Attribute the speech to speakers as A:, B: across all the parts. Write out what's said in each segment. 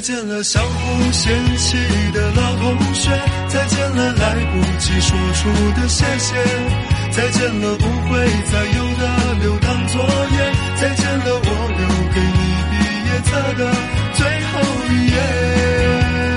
A: 见了相互嫌弃的老同学，再见了来不及说出的谢谢，再见了不会再有的留堂作业，再见了我留给你毕业册的最后一页。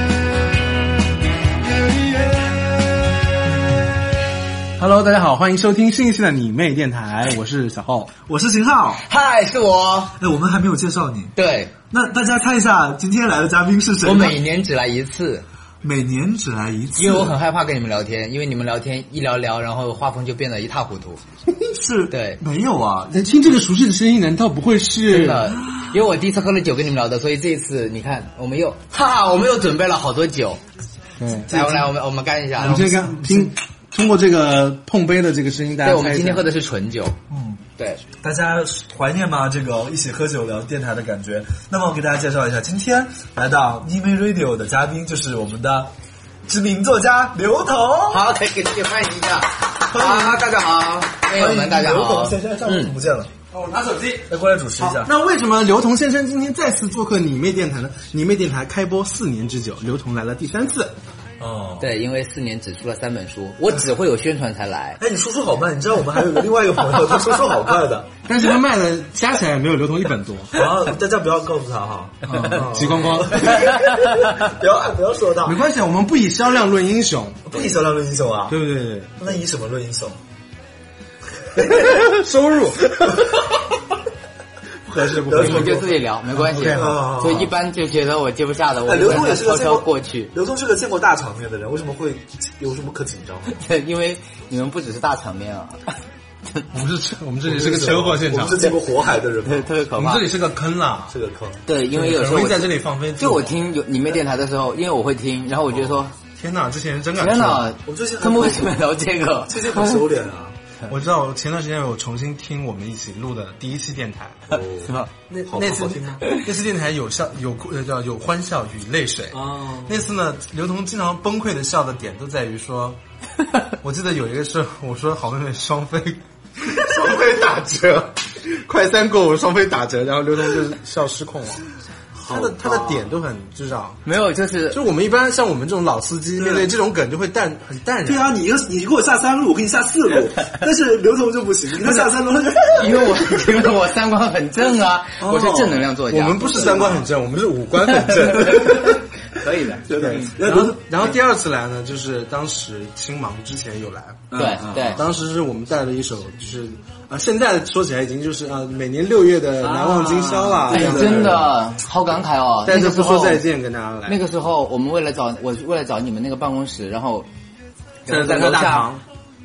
B: Hello，大家好，欢迎收听新一期的你妹电台，我是小浩。
C: 我是秦昊。
D: 嗨，是我。
C: 哎，我们还没有介绍你，
D: 对，
C: 那大家猜一下今天来的嘉宾是谁啊
D: 我
C: 呢？
D: 每年只来一次，
C: 每年只来一次，
D: 因为我很害怕跟你们聊天，因为你们聊天一聊聊，然后画风就变得一塌糊涂。
C: 是
D: 对
C: 没有啊，
B: 哎听这个熟悉的声音，难道不会是
D: 真的，因为我第一次喝了酒跟你们聊的，所以这一次你看，我们又哈哈，我们又准备了好多酒。
B: 对，
D: 来，我们来，我们我们干一下。
B: 我们啊
C: 哎
B: 先看听通过这个碰杯的这个声音，大家
D: 对，我们今天喝
B: 的
D: 的是纯酒。
C: 嗯，
D: 对，
C: 大家怀念吗？这个一起喝酒聊电台的感觉。那么我给大家介绍一下，今天来到 n i m e Radio 的嘉宾就是我们的知名作家刘彤。
D: 好，可以给自己欢迎一下。
C: 欢迎
D: 啊，大家好，朋友们，大家
C: 刘
D: 嗯好
C: 彤。先生，上午怎么不见了？
B: 哦，我拿手机。
C: 来过来主持一
B: 好
C: 下，。
B: 那为什么刘同先生今天再次做客你妹电台呢？你妹电台开播四年之久，刘同来了第三次。
C: 哦，
D: 对，因为四年只出了三本书，我只会有宣传才来。
C: 哎，你说说好慢，你知道我们还有一个另外一个朋友，他说说好快的，
B: 但是他卖了加起来没有刘同一本多，
C: 然后大家不要告诉他哈，
B: 挤光 光。
C: 不要不要说他
B: 没，关系，我们不以销量论英雄，
C: 不以销量论英雄啊，
B: 对不 对？
C: 那以什么论英雄？
B: 收入不合适，不合
C: 得
B: 适。
C: 罪
D: 我就自己聊，没关系嗯
B: OK，好
C: 好好。
D: 所以一般就觉得我接不下的，我
C: 哎，刘通也是
D: 悄
C: 个见
D: 悄
C: 过
D: 过去。
C: 刘通是个见过大场面的人，为什么会有什么可紧张的？
D: 对，因为你们不只是大场面啊，
B: 我们是，我们这里是个车祸现
C: 我
B: 场
C: 们，是见过火海的人
D: 对，
C: 吗？
D: 特别
B: 我
D: 可
B: 们
D: 怕
B: 这。里是个坑啦，
C: 这个坑，
D: 对，因为有时
B: 很
D: 候
B: 容易
D: 我
B: 在这里放飞自
D: 就
B: 我。
D: 我听有你们电台的时候，因为我会听，然后我觉得 说，
B: 天哪，这些人真敢
D: 天
B: 说！
D: 哪
C: 我最近，很
D: 他们为什么聊这个？
C: 最近很收敛啊。
B: 我知道，我前段时间有重新听我们一起录的第一期电台，
D: 是吧？
C: 那 好
B: 那次
C: 哦好听吗？
B: 那次电台有笑有哭呃叫有欢笑与泪水。
C: 哦，
B: 那次呢，刘同经常崩溃的笑的点都在于说，我记得有一个是我说好妹妹双飞，双飞打折，快三购物双飞打折，然后刘同就笑失控了。他的他的点都很至少，
D: 没有，就是
B: 就我们一般像我们这种老司机面对这种梗就会淡很淡然。
C: 对啊，你一个你给我下三路，我给你下四路，但是刘通就不行，你给他下三路，他就
D: 因为我因为我三观很正啊，我是正能量作
B: 我
D: 家。
B: 们不是三观很正，我们是五官很正。
D: 啊 可 以的，
C: 对对。
B: 然
C: 然
B: 后
C: 后，
B: 然后第二次来呢，就是当时青芒之前有来，
D: 对对。
B: 当时是我们带了一首，就是啊、现在说起来已经就是啊、每年六月的难忘今宵啦，
D: 哎
B: 这样，
D: 啊真，的好感慨哦！
B: 但是
D: 那个
B: 不
D: 时候
B: 说再见跟大家来，
D: 那个时候，我们为了找我为了找你们那个办公室，然后
B: 在在
D: 楼
B: 大
D: 下
B: 堂，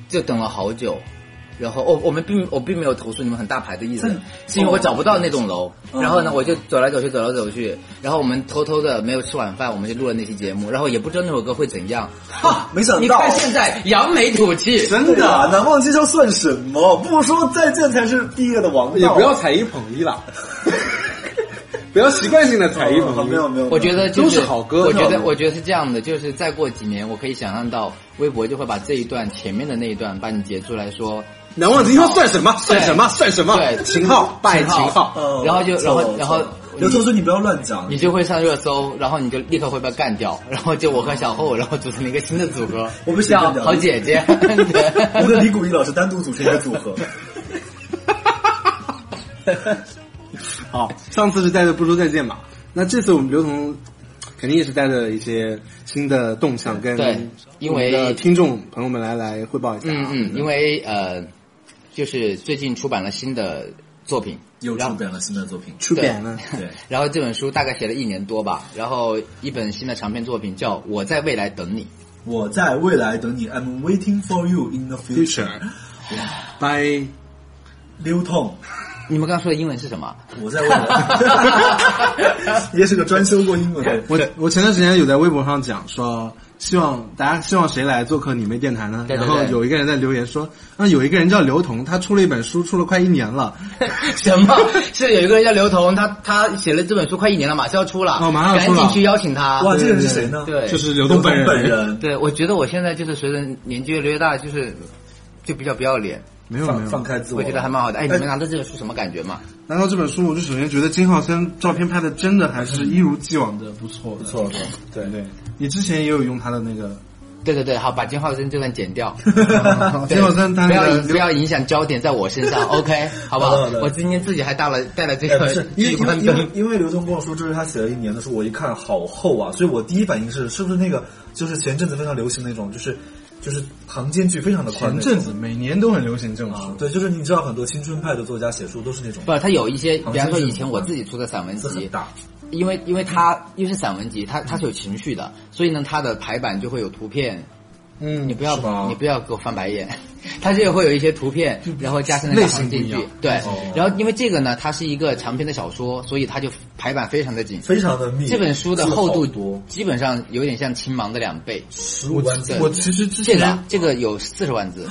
D: 就等了好久。然后我、我们并我并没有投诉你们很大牌的意思，
B: 嗯
D: 是因为我找不到那栋楼。然后呢，我就走来走去，走来走去。然后我们偷偷的没有吃晚饭，我们就录了那期节目。然后也不知道那首歌会怎样。哦
C: 哈，没想
D: 你
C: 到
D: 看。现在扬眉吐气，
C: 真的啊，难忘今宵算什么？不说再见才是第一个的王道。
B: 也不要踩一捧一 啦，不要习惯性的踩一捧一，
C: 哦没有没有，
D: 我觉得就
B: 都是好歌
D: 我觉
B: 知道
D: 得
B: 吗
D: 我觉得是这样的，就是再过几年，我可以想象到微博就会把这一段前面的那一段把你截出来说，
B: 难忘今宵算什么？算什么？算什么？
D: 对
B: 秦昊拜秦昊，
C: 嗯
D: 然后就然后然后
C: 刘同说你不要乱讲，
D: 你就会上热搜，然后你就立刻会被干掉，然后就我和小厚，然后组成了一个新的组合，
C: 我们
D: 叫
C: 想
D: 好姐姐， 嗯
C: 我们
D: 对，
C: 跟李谷一老师单独组成一个组合。
B: 好，上次是带着不说再见嘛，那这次我们刘同肯定也是带着一些新的动向跟
D: 对因为
B: 我们的听众朋友们来来汇报一下啊，
D: 嗯嗯，因为呃，就是最近出版了新的作品，
C: 又出版了新的作品，
B: 出版了，
C: 对，
D: 然后这本书大概写了一年多吧，然后一本新的长篇作品叫《我在未来等你》，
C: 我在未来等你，I'm waiting for you in the future。
B: 拜。
C: 刘通，
D: 你们刚刚说的英文是什么？
C: 我在未来， 也是个专修过英文的。
B: 我我前段时间有在微博上讲说，希望大家希望谁来做客你妹电台呢？
D: 对对
B: 然后
D: 对
B: 有一个人在留言说，啊，有一个人叫刘同，他出了一本书，出了快一年了，
D: 什么？是有一个人叫刘同，他他写了这本书快一年了，马上要出了，
B: 哦马上要出
D: 赶
B: 了
D: 紧去邀请他。
C: 哇，这个人是谁呢？
D: 对，
B: 就是刘同
C: 刘通
B: 本人。
C: 本人。
D: 对，我觉得我现在就是随着年纪越来越大，就是就比较不要脸。
E: 没有没
C: 放
E: 有
C: 放开自我
D: 我
C: 了，
D: 觉得还蛮好的。哎，你们拿到这个书什么感觉嘛？
E: 拿到这本书，我就首先觉得金浩森照片拍的真的还是一如既往的不错的。
C: 不错了，不错了对
E: 对对，你之前也有用他的那个，
D: 对对对，好，把金浩森这段剪 掉。对
E: 金浩森他
D: 不
E: 那
D: 要影
E: 个
D: 不要影响焦点在我身 上，OK，好不
C: 好
D: 好
C: 的好的？
D: 我今天自己还带了带了这
C: 哎，不
D: 个
C: 是，因为
D: 聚
C: 因为
D: 光
C: 因为
D: 灯，
C: 因为刘同跟我说这是他写了一年的书，我一看好厚啊，所以我第一反应是是不是那个就是前阵子非常流行那种，就是就是行间距非常的宽
E: 前
C: 那种。
E: 阵子每年都很流行这种书
C: 啊，，对，就是你知道很多青春派的作家写书都是那种
D: 不，他有一些，
C: 好
D: 比方说
C: 哦真是
D: 以前我自己出的散文
C: 字很
D: 集，
C: 大，
D: 因为因为它因为是散文集，它它是有情绪的，所以呢，它的排版就会有图片。
E: 嗯
D: 你不要
C: 是吗
D: 你不要给我翻白眼， 它这个会有一些图片，然后加上那
E: 类
D: 个
E: 型
D: 行
E: 不
D: 进
E: 一样
D: 去，对
C: 哦。
D: 然后因为这个呢，它是一个长篇的小说，所以它就排版非常的紧。
C: 非常的密。
D: 这本书的
C: 嗯字
D: 厚
C: 好
D: 度
C: 多
D: 基本上有点像《青芒》的两倍，
C: 十五万字
D: 对，
E: 我其实之
D: 这个
E: 前
D: 这个有四十万字，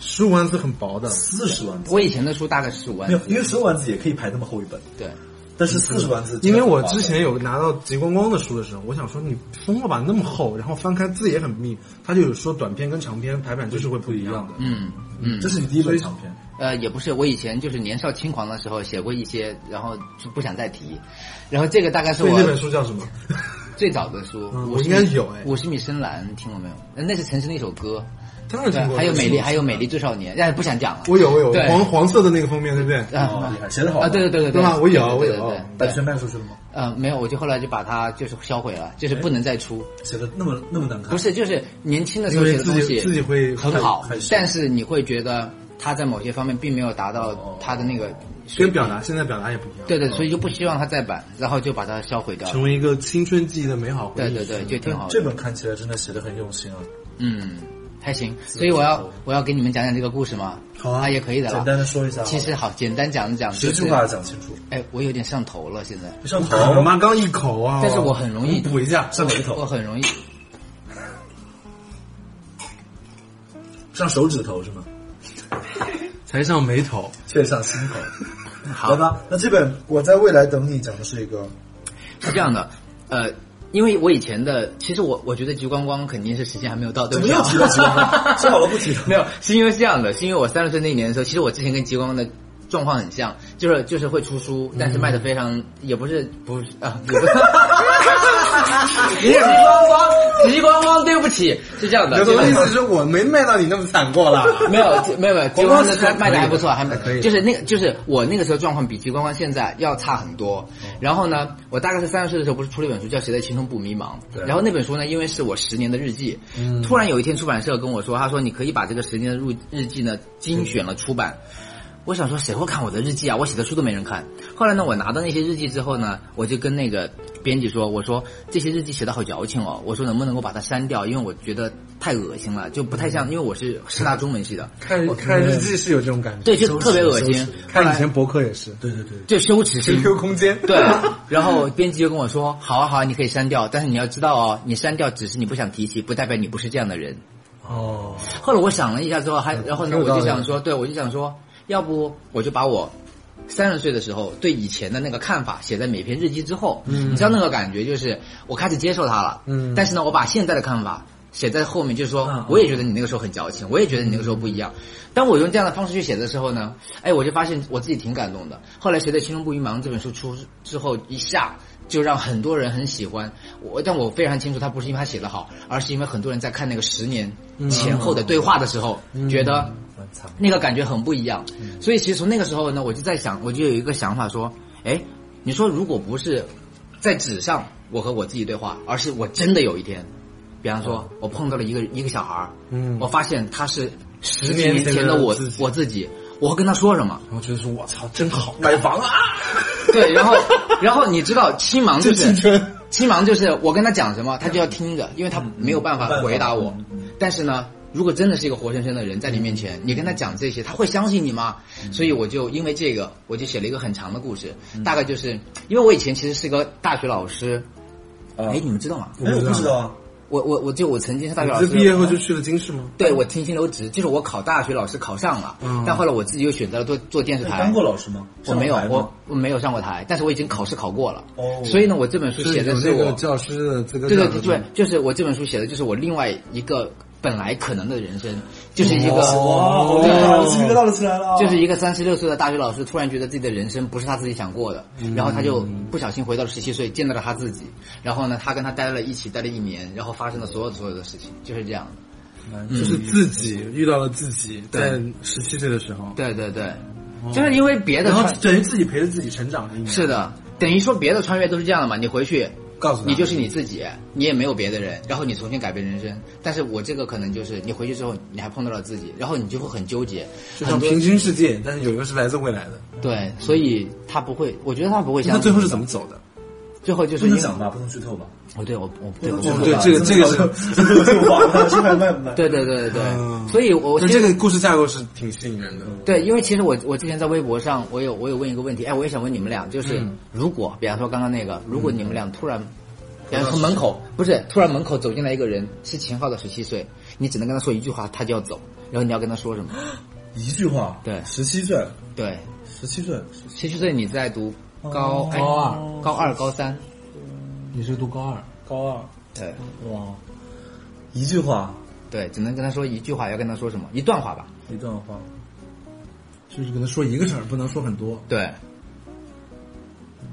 E: 十五万字很薄的，
C: 四十万字，
D: 我以前的书大概十五万
C: 没有，因
D: 字
C: 为，十五万字也可以排那么厚一本，
D: 对，
C: 但是四十万字，
E: 因为我之前有拿到极光光的书的时候，我想说你疯了吧，那么厚，然后翻开字也很密，他就有说短篇跟长篇排版就是会不一样的。
D: 嗯嗯
C: 这，是你第一本长篇，
D: 呃，也不是，我以前就是年少轻狂的时候写过一些，然后就不想再提，然后这个大概是
E: 所以
D: 我
E: 那本书叫什么？
D: 最早的书，
E: 嗯
D: 50
E: 我应该有哎
D: 米五十米深蓝，听过没有？呃那是陈升的一首歌，
E: 当然听过。
D: 还有美丽，
E: 我
D: 还有美丽最少年，哎，不想讲了。
E: 我有我有
D: 对
E: 黄黄色的那个封面，对不对？
C: 哦
D: 啊
C: 厉害，写的好
D: 啊，对对对对
E: 对吧我有
D: 对对
E: 我有哦
D: 对对
C: 版
D: 对
C: 权卖出去了吗？
D: 呃，没有，我就后来就把它就是销毁了，就是不能再出。
C: 写的那么那么难看，
D: 不是，就是年轻的时
E: 哎因
D: 候
E: 为
D: 写的
E: 自
D: 东
E: 己
D: 西
E: 自己会
D: 很好
C: 很熟，
D: 但是你会觉得他在某些方面并没有达到
E: 哦
D: 他的那个水
E: 跟
D: 平。
E: 表达现在表达也不一样。
D: 对对，所以就不希望他再版，然后就把它销毁掉了。
E: 成为一个青春记忆的美好回
D: 对
E: 忆。
D: 对对，就挺好
C: 这
D: 的。
C: 本看起来真的写的很用心啊，
D: 嗯，还行。所以我要我要给你们讲讲这个故事嘛。
E: 好啊
D: 也可以的
C: 简
D: 啦。
C: 单的说一下，
D: 其实好，简单讲一讲。
C: 十
D: 就
C: 句
D: 是
C: 话讲清楚，
D: 哎，我有点上头了现在，
C: 你上头
E: 好，我妈刚一口啊，
D: 但是我很容易
E: 补一下，
C: 上哪个
D: 我
C: 哦头？
D: 很容易。
C: 上手指头是吗？
E: 才上眉头。
C: 却上心口。好吧，那这本《我在未来等你》讲的是一个，
D: 是这样的， 呃，因为我以前的，其实我我觉得极光光肯定是时间还没有到，对
C: 怎
D: 不对
C: 么又
D: 啊？
C: 提到极光 了？幸好我不提了。
D: 没有，是因为是这样的，是因为我三十岁那一年的时候，其实我之前跟极光的状况很像，就是就是会出书，但是卖的非常、也不是不是啊， 也不 是。极光光，极光光，对不起，是这样的，
E: 刘总
D: 就
E: 的
D: 是
E: 意思是我没卖到你那么惨过啦。
D: 没有，没有，没有，极光的它卖的还不错，还
E: 还可以
D: 就是那个，就是我那个时候状况比极光光现在要差很
E: 哦
D: 多。然后呢，我大概是三十岁的时候，不是出了一本书叫《谁在青春不迷茫》，然后那本书呢，因为是我十年的日记，
E: 嗯
D: 突然有一天出版社跟我说，他说你可以把这个十年的日日记呢精选了出版。我想说，谁会看我的日记啊？我写的书都没人看。后来呢，我拿到那些日记之后呢，我就跟那个编辑说：“我说这些日记写的好矫情哦，我说能不能够把它删掉？因为我觉得太恶心了，就不太像，因为我是师大中文系的，
E: 嗯 看看日记是有这种感觉，
D: 对，就特别恶心。
E: 看以前博客也是，对对对
D: 就羞 耻心。
E: ，QQ 空间，
D: 对，然后编辑就跟我说：“好啊，好啊，你可以删掉，但是你要知道哦，你删掉只是你不想提起，不代表你不是这样的人。
E: 哦，”
D: 后来我想了一下之后，还然后呢，
E: 有
D: 我
E: 道理
D: 就想说，对我就想说，要不我就把我三十岁的时候对以前的那个看法写在每篇日记之后。嗯，你知道那个感觉就是我开始接受它了。
E: 嗯
D: 但是呢，我把现在的看法写在后面，就是说，
C: 嗯
D: 我也觉得你那个时候很矫情，我也觉得你那个时候不一样。当我用这样的方式去写的时候呢，哎，我就发现我自己挺感动的。后来《谁的青春不迷茫》这本书出之后，一下就让很多人很喜欢我，但我非常清楚，他不是因为他写得好，而是因为很多人在看那个十年前后的对话的时候，觉得
C: 蛮惨。
D: 那个感觉很不一样。所以其实从那个时候呢，我就在想，我就有一个想法说，哎，你说如果不是在纸上我和我自己对话，而是我真的有一天，比方说我碰到了一个一个小孩儿，
E: 嗯
D: 我发现他是十几
E: 年
D: 年
E: 前
D: 前的
E: 的
D: 我
E: 自己
D: 我自己，我会跟他说什么？
E: 然后觉得说我操，真好，买房啊，
D: 对，然后然后你知道青芒就
E: 真青
D: 是
E: 春
D: 青芒就是我跟他讲什么，他就要听着，因为他没有办
C: 没办
D: 法
C: 法
D: 回答我
C: 嗯嗯。
D: 但是呢，如果真的是一个活生生的人在你面前，你跟他讲这些，他会相信你吗？所以我就因为这个，我就写了一个很长的故事，大概就是因为我以前其实是个大学老师，
C: 啊
D: 哎，你们知道吗？
C: 哎，我不知道啊，
D: 我我我就我曾经是大学老
E: 这
D: 师，
E: 毕业后就去了京师吗？
D: 对我停薪留职，就是我考大学老师考上了，但后来我自己又选择了做做电视
C: 你
D: 台。
C: 嗯当过老师吗？
D: 我没有
C: 上过台，吗
D: 我我没有上过台，但是我已经考试考过了。
C: 哦
D: 所以呢，我这本书写的
E: 有
D: 是
E: 这
D: 我
E: 个教师的资格
D: 对
E: 证
D: 对
E: 的
D: 对
E: 吗，
D: 对，就是我这本书写的就是我另外一个本来可能的人生，就是一个
B: 哦
C: 哇，我
D: 对
C: 我鸡皮疙瘩都起来了啊，
D: 就是一个三十六岁的大学老师，突然觉得自己的人生不是他自己想过的，
C: 嗯
D: 然后他就不小心回到了十七岁，见到了他自己。然后呢，他跟他待了一起，待了一年，然后发生了所有所有的事情，就是这样的。
B: 就是自己遇到了自己，在十七岁的时候，
D: 对对对，就是因为别的
B: 哦然后
D: 穿
B: 等于自己陪着自己成长了一年。
D: 是的，等于说别的穿越都是这样的嘛，你回去。
B: 告诉他
D: 你就是你自己，你也没有别的人，然后你重新改变人生。但是我这个可能就是你回去之后，你还碰到了自己，然后你就会很纠结，
B: 就
D: 很
B: 像
D: 多
B: 平行世界，但是有一个是来自未来的。
D: 对，所以他不会，我觉得他不会相
B: 那
D: 信。
B: 最后是怎么走的？
D: 最后就是
C: 不
D: 因
C: 能
D: 为
C: 讲吧，不能剧透吧，
D: 哦，对，我我对我
B: 能
D: 不
B: 对
D: 知道
B: 这个这个是
C: 这个是 我是卖卖不卖？
D: 对对对对
B: 嗯
D: 对，所以我
B: 那
D: 其实
B: 这个故事架构是挺吸引人的。
D: 对，因为其实我我之前在微博上，我有我有问一个问题，哎，我也想问你们俩，就是
C: 嗯
D: 如果，比方说刚刚那个，如果你们俩突然，比方说门口不是突然门口走进来一个人，是秦昊的十七岁，你只能跟他说一句话，他就要走，然后你要跟他说什么？
C: 一句话，
D: 对
C: 十七岁，
D: 对，
C: 十七岁，
D: 十七岁你在读高哎
C: 哦
D: 高
C: 高二
D: 二高三，
B: 你是读高二，
C: 高二，
D: 对
C: 哇，一句话，
D: 对，只能跟他说一句话，要跟他说什么？一段话吧？
C: 一段话，
B: 就是跟他说一个事儿，不能说很多。
D: 对。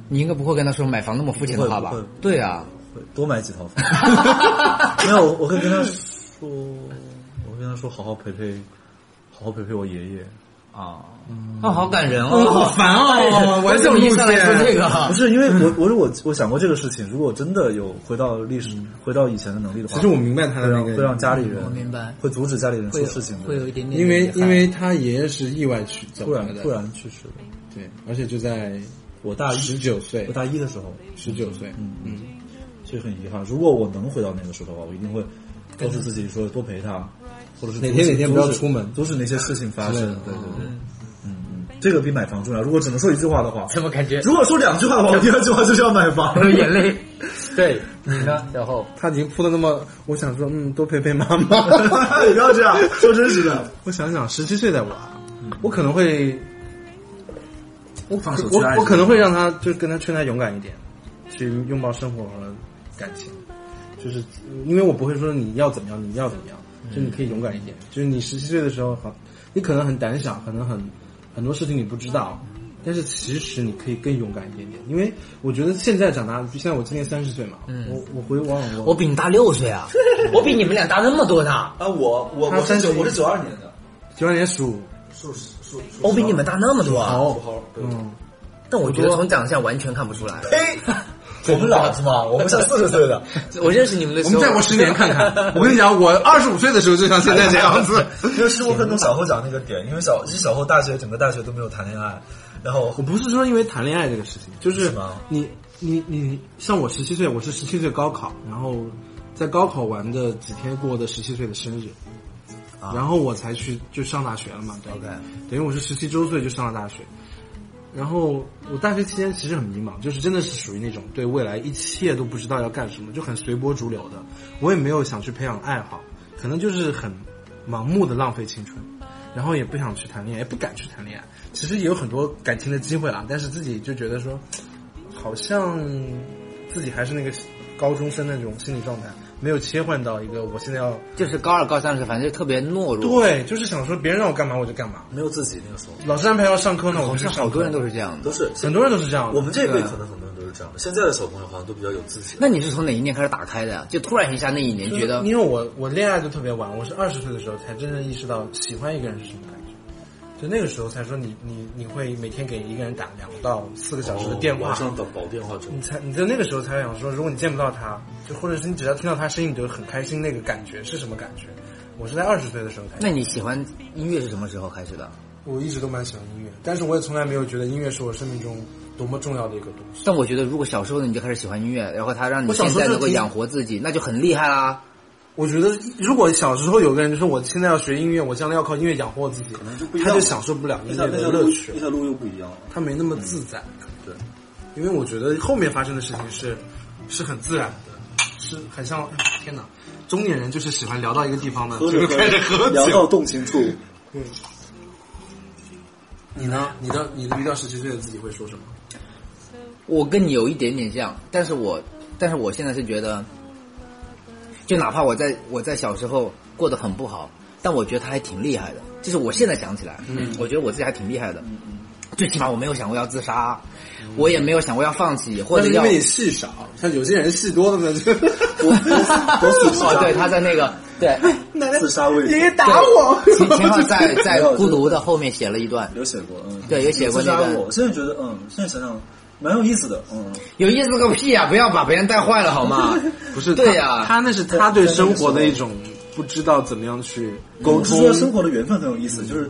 D: 你应该不会跟他说买房那么肤浅的话吧
C: 不会不会？
D: 对啊，
C: 会多买几套 房。没有，我我会跟他说，我会跟他说，好好陪陪，好好陪陪我爷 爷。
D: 啊，哦，好感人哦，
B: 好烦哦！我
D: 我这种意思来说这个，
C: 不是因为我，我是我，我想过这个事情。如果真的有回到历史，回到以前的能力的话，
B: 其实我明白他
C: 会
B: 的那
C: 让
B: 个，
C: 会让家里人，
D: 我明白
C: 会阻止家里人出事情的。
D: 会有一点点
B: 因为
D: 遗憾
B: 因为他爷爷是意外去走
C: 突然
B: 了的，
C: 突然去世了。
B: 对，而且就在
C: 我大一
B: 十九岁
C: 我，大一的时候，
B: 十九岁，嗯，
C: 所以很遗憾。如果我能回到那个时候的话，我一定会告诉自己说多陪他，或者是
B: 哪
C: 阻止
B: 天哪天不要
C: 阻止
B: 出门
C: 阻止那些事情发生
B: 之类的。
C: 对对对，嗯嗯，这个比买房重要。如果只能说一句话的话，
D: 怎么感觉
C: 如果说两句话的话，我第二句话就是要买房。
D: 流 眼泪？ 对，你呢，小后？
B: 他已经铺的那么，我想说，嗯，多陪陪妈妈。
C: 你不要这样，说真实的。
B: 我想想，十七岁的我啊，我可能会，
C: 我放手
B: 我
C: 去爱
B: 我可能会让他，就是跟他劝他勇敢一点，去拥抱生活和感情，就是因为我不会说你要怎么样，你要怎么样，
D: 嗯
B: 就你可以勇敢一点。就是你十七岁的时候，好，你可能很胆小，可能很很多事情你不知道。但是其实你可以更勇敢一点点，因为我觉得现在长大，就现在我今年三十岁嘛，我我回往往
D: 嗯我比你大六岁 啊，我比你们俩大那么多呢，
C: 啊，我我
B: 他三十一
C: 九二年的，
B: 九二年属虎，
C: 属属
D: 我比你们大那么多啊，
C: 属猴。对
B: 嗯，
D: 但我觉得从长相完全看不 出来。
C: 呸！我们老是吗？ 我们像四十 岁的，
D: 我认识你们的
B: 我
D: 时
B: 们
D: 候，
B: 再过十年看 看。我跟你讲，我二十五岁的时候就像现在这样子。
C: 因为师傅很懂小后讲那个点，因为小其实小后大学整个大学都没有谈恋爱，然后
B: 我不是说因为谈恋爱这个事情，就是
C: 是吗
B: 你你你，像我十七岁，我是十七岁高考，然后在高考完的几天过的十七岁的生日，然后我才去就上大学了嘛，对吧
D: OK
B: 等于我是十七周岁就上了大学。然后我大学期间其实很迷茫，就是真的是属于那种对未来一切都不知道要干什么，就很随波逐流的。我也没有想去培养爱好，可能就是很盲目的浪费青春，然后也不想去谈恋爱，也不敢去谈恋爱。其实也有很多感情的机会啦，但是自己就觉得说，好像自己还是那个高中生那种心理状态，没有切换到一个我现在要
D: 就是高二、高三的时候，反正就特别懦弱。
B: 对，就是想说别人让我干嘛我就干嘛。
C: 没有自己那个时候
B: 老师安排要上课呢，
D: 好
B: 我就
D: 像
B: 上课
D: 好多人都是这样的
C: 都。是
B: 很多人都是这样的。
C: 我们这一辈
B: 对啊
C: 可能很多人都是这样的，现在的小朋友好像都比较有自信。
D: 那你是从哪一年开始打开的呀？就突然一下那一年觉得
B: 因为我我恋爱就特别晚，我是二十岁的时候才真正意识到喜欢一个人是什么感觉。就那个时候才说你你你会每天给一个人打两到四个小时的电话，
C: 晚上打保电话粥，
B: 你才你在那个时候才想说，如果你见不到他，就或者是你只要听到他声音，你就很开心，那个感觉是什么感觉？我是在二十岁的时候才，
D: 那你喜欢音乐是什么时候开始的？
B: 我一直都蛮喜欢音乐，但是我也从来没有觉得音乐是我生命中多么重要的一个东西。
D: 但我觉得，如果小时候你就开始喜欢音乐，然后他让你
B: 我小
D: 现
B: 时候
D: 在
B: 就
D: 能够
B: 听
D: 养活自己，那就很厉害啦。
B: 我觉得，如果小时候有个人就说我现在要学音乐，我将来要靠音乐养活我自己，他就享受不了音乐的乐趣，
C: 那条路又不一样了。
B: 他没那么自在。
C: 对，
B: 因为我觉得后面发生的事情是是很自然的，是很像哎天哪，中年人就是喜欢聊到一个地方呢，就是开始喝
C: 聊
B: 酒嗯
C: 到。动情处，
B: 你呢？你的你的遇到十七岁的自己会说什么？
D: 我跟你有一点点像，但是我，但是我现在是觉得，就哪怕我在我在小时候过得很不好，但我觉得他还挺厉害的。就是我现在想起来，我觉得我自己还挺厉害的。
B: 嗯
D: 最起码我没有想过要自杀，我也没有想过要放弃，或
B: 但
D: 者
B: 是因
D: 要
B: 为你戏少，像有些人戏多的 呢，就我我我死
D: 哦，对，他在那个 对，
C: 自杀未遂
B: 打我，
D: 秦秦昊在在《孤独》的后面写了一段，
C: 有写过，嗯，
D: 对有写过
C: 自杀
D: 那段
C: 我现在觉得，嗯，现在想想蛮有意思的，嗯，
D: 有意思个屁呀、不要把别人带坏了好吗？
E: 不是
D: 对
E: 他
D: 呀、
E: 他那是他对生活的一种不知道怎么样去沟
C: 我是说
D: 嗯
C: 生
E: 通。
C: 活的缘分很有意思，就是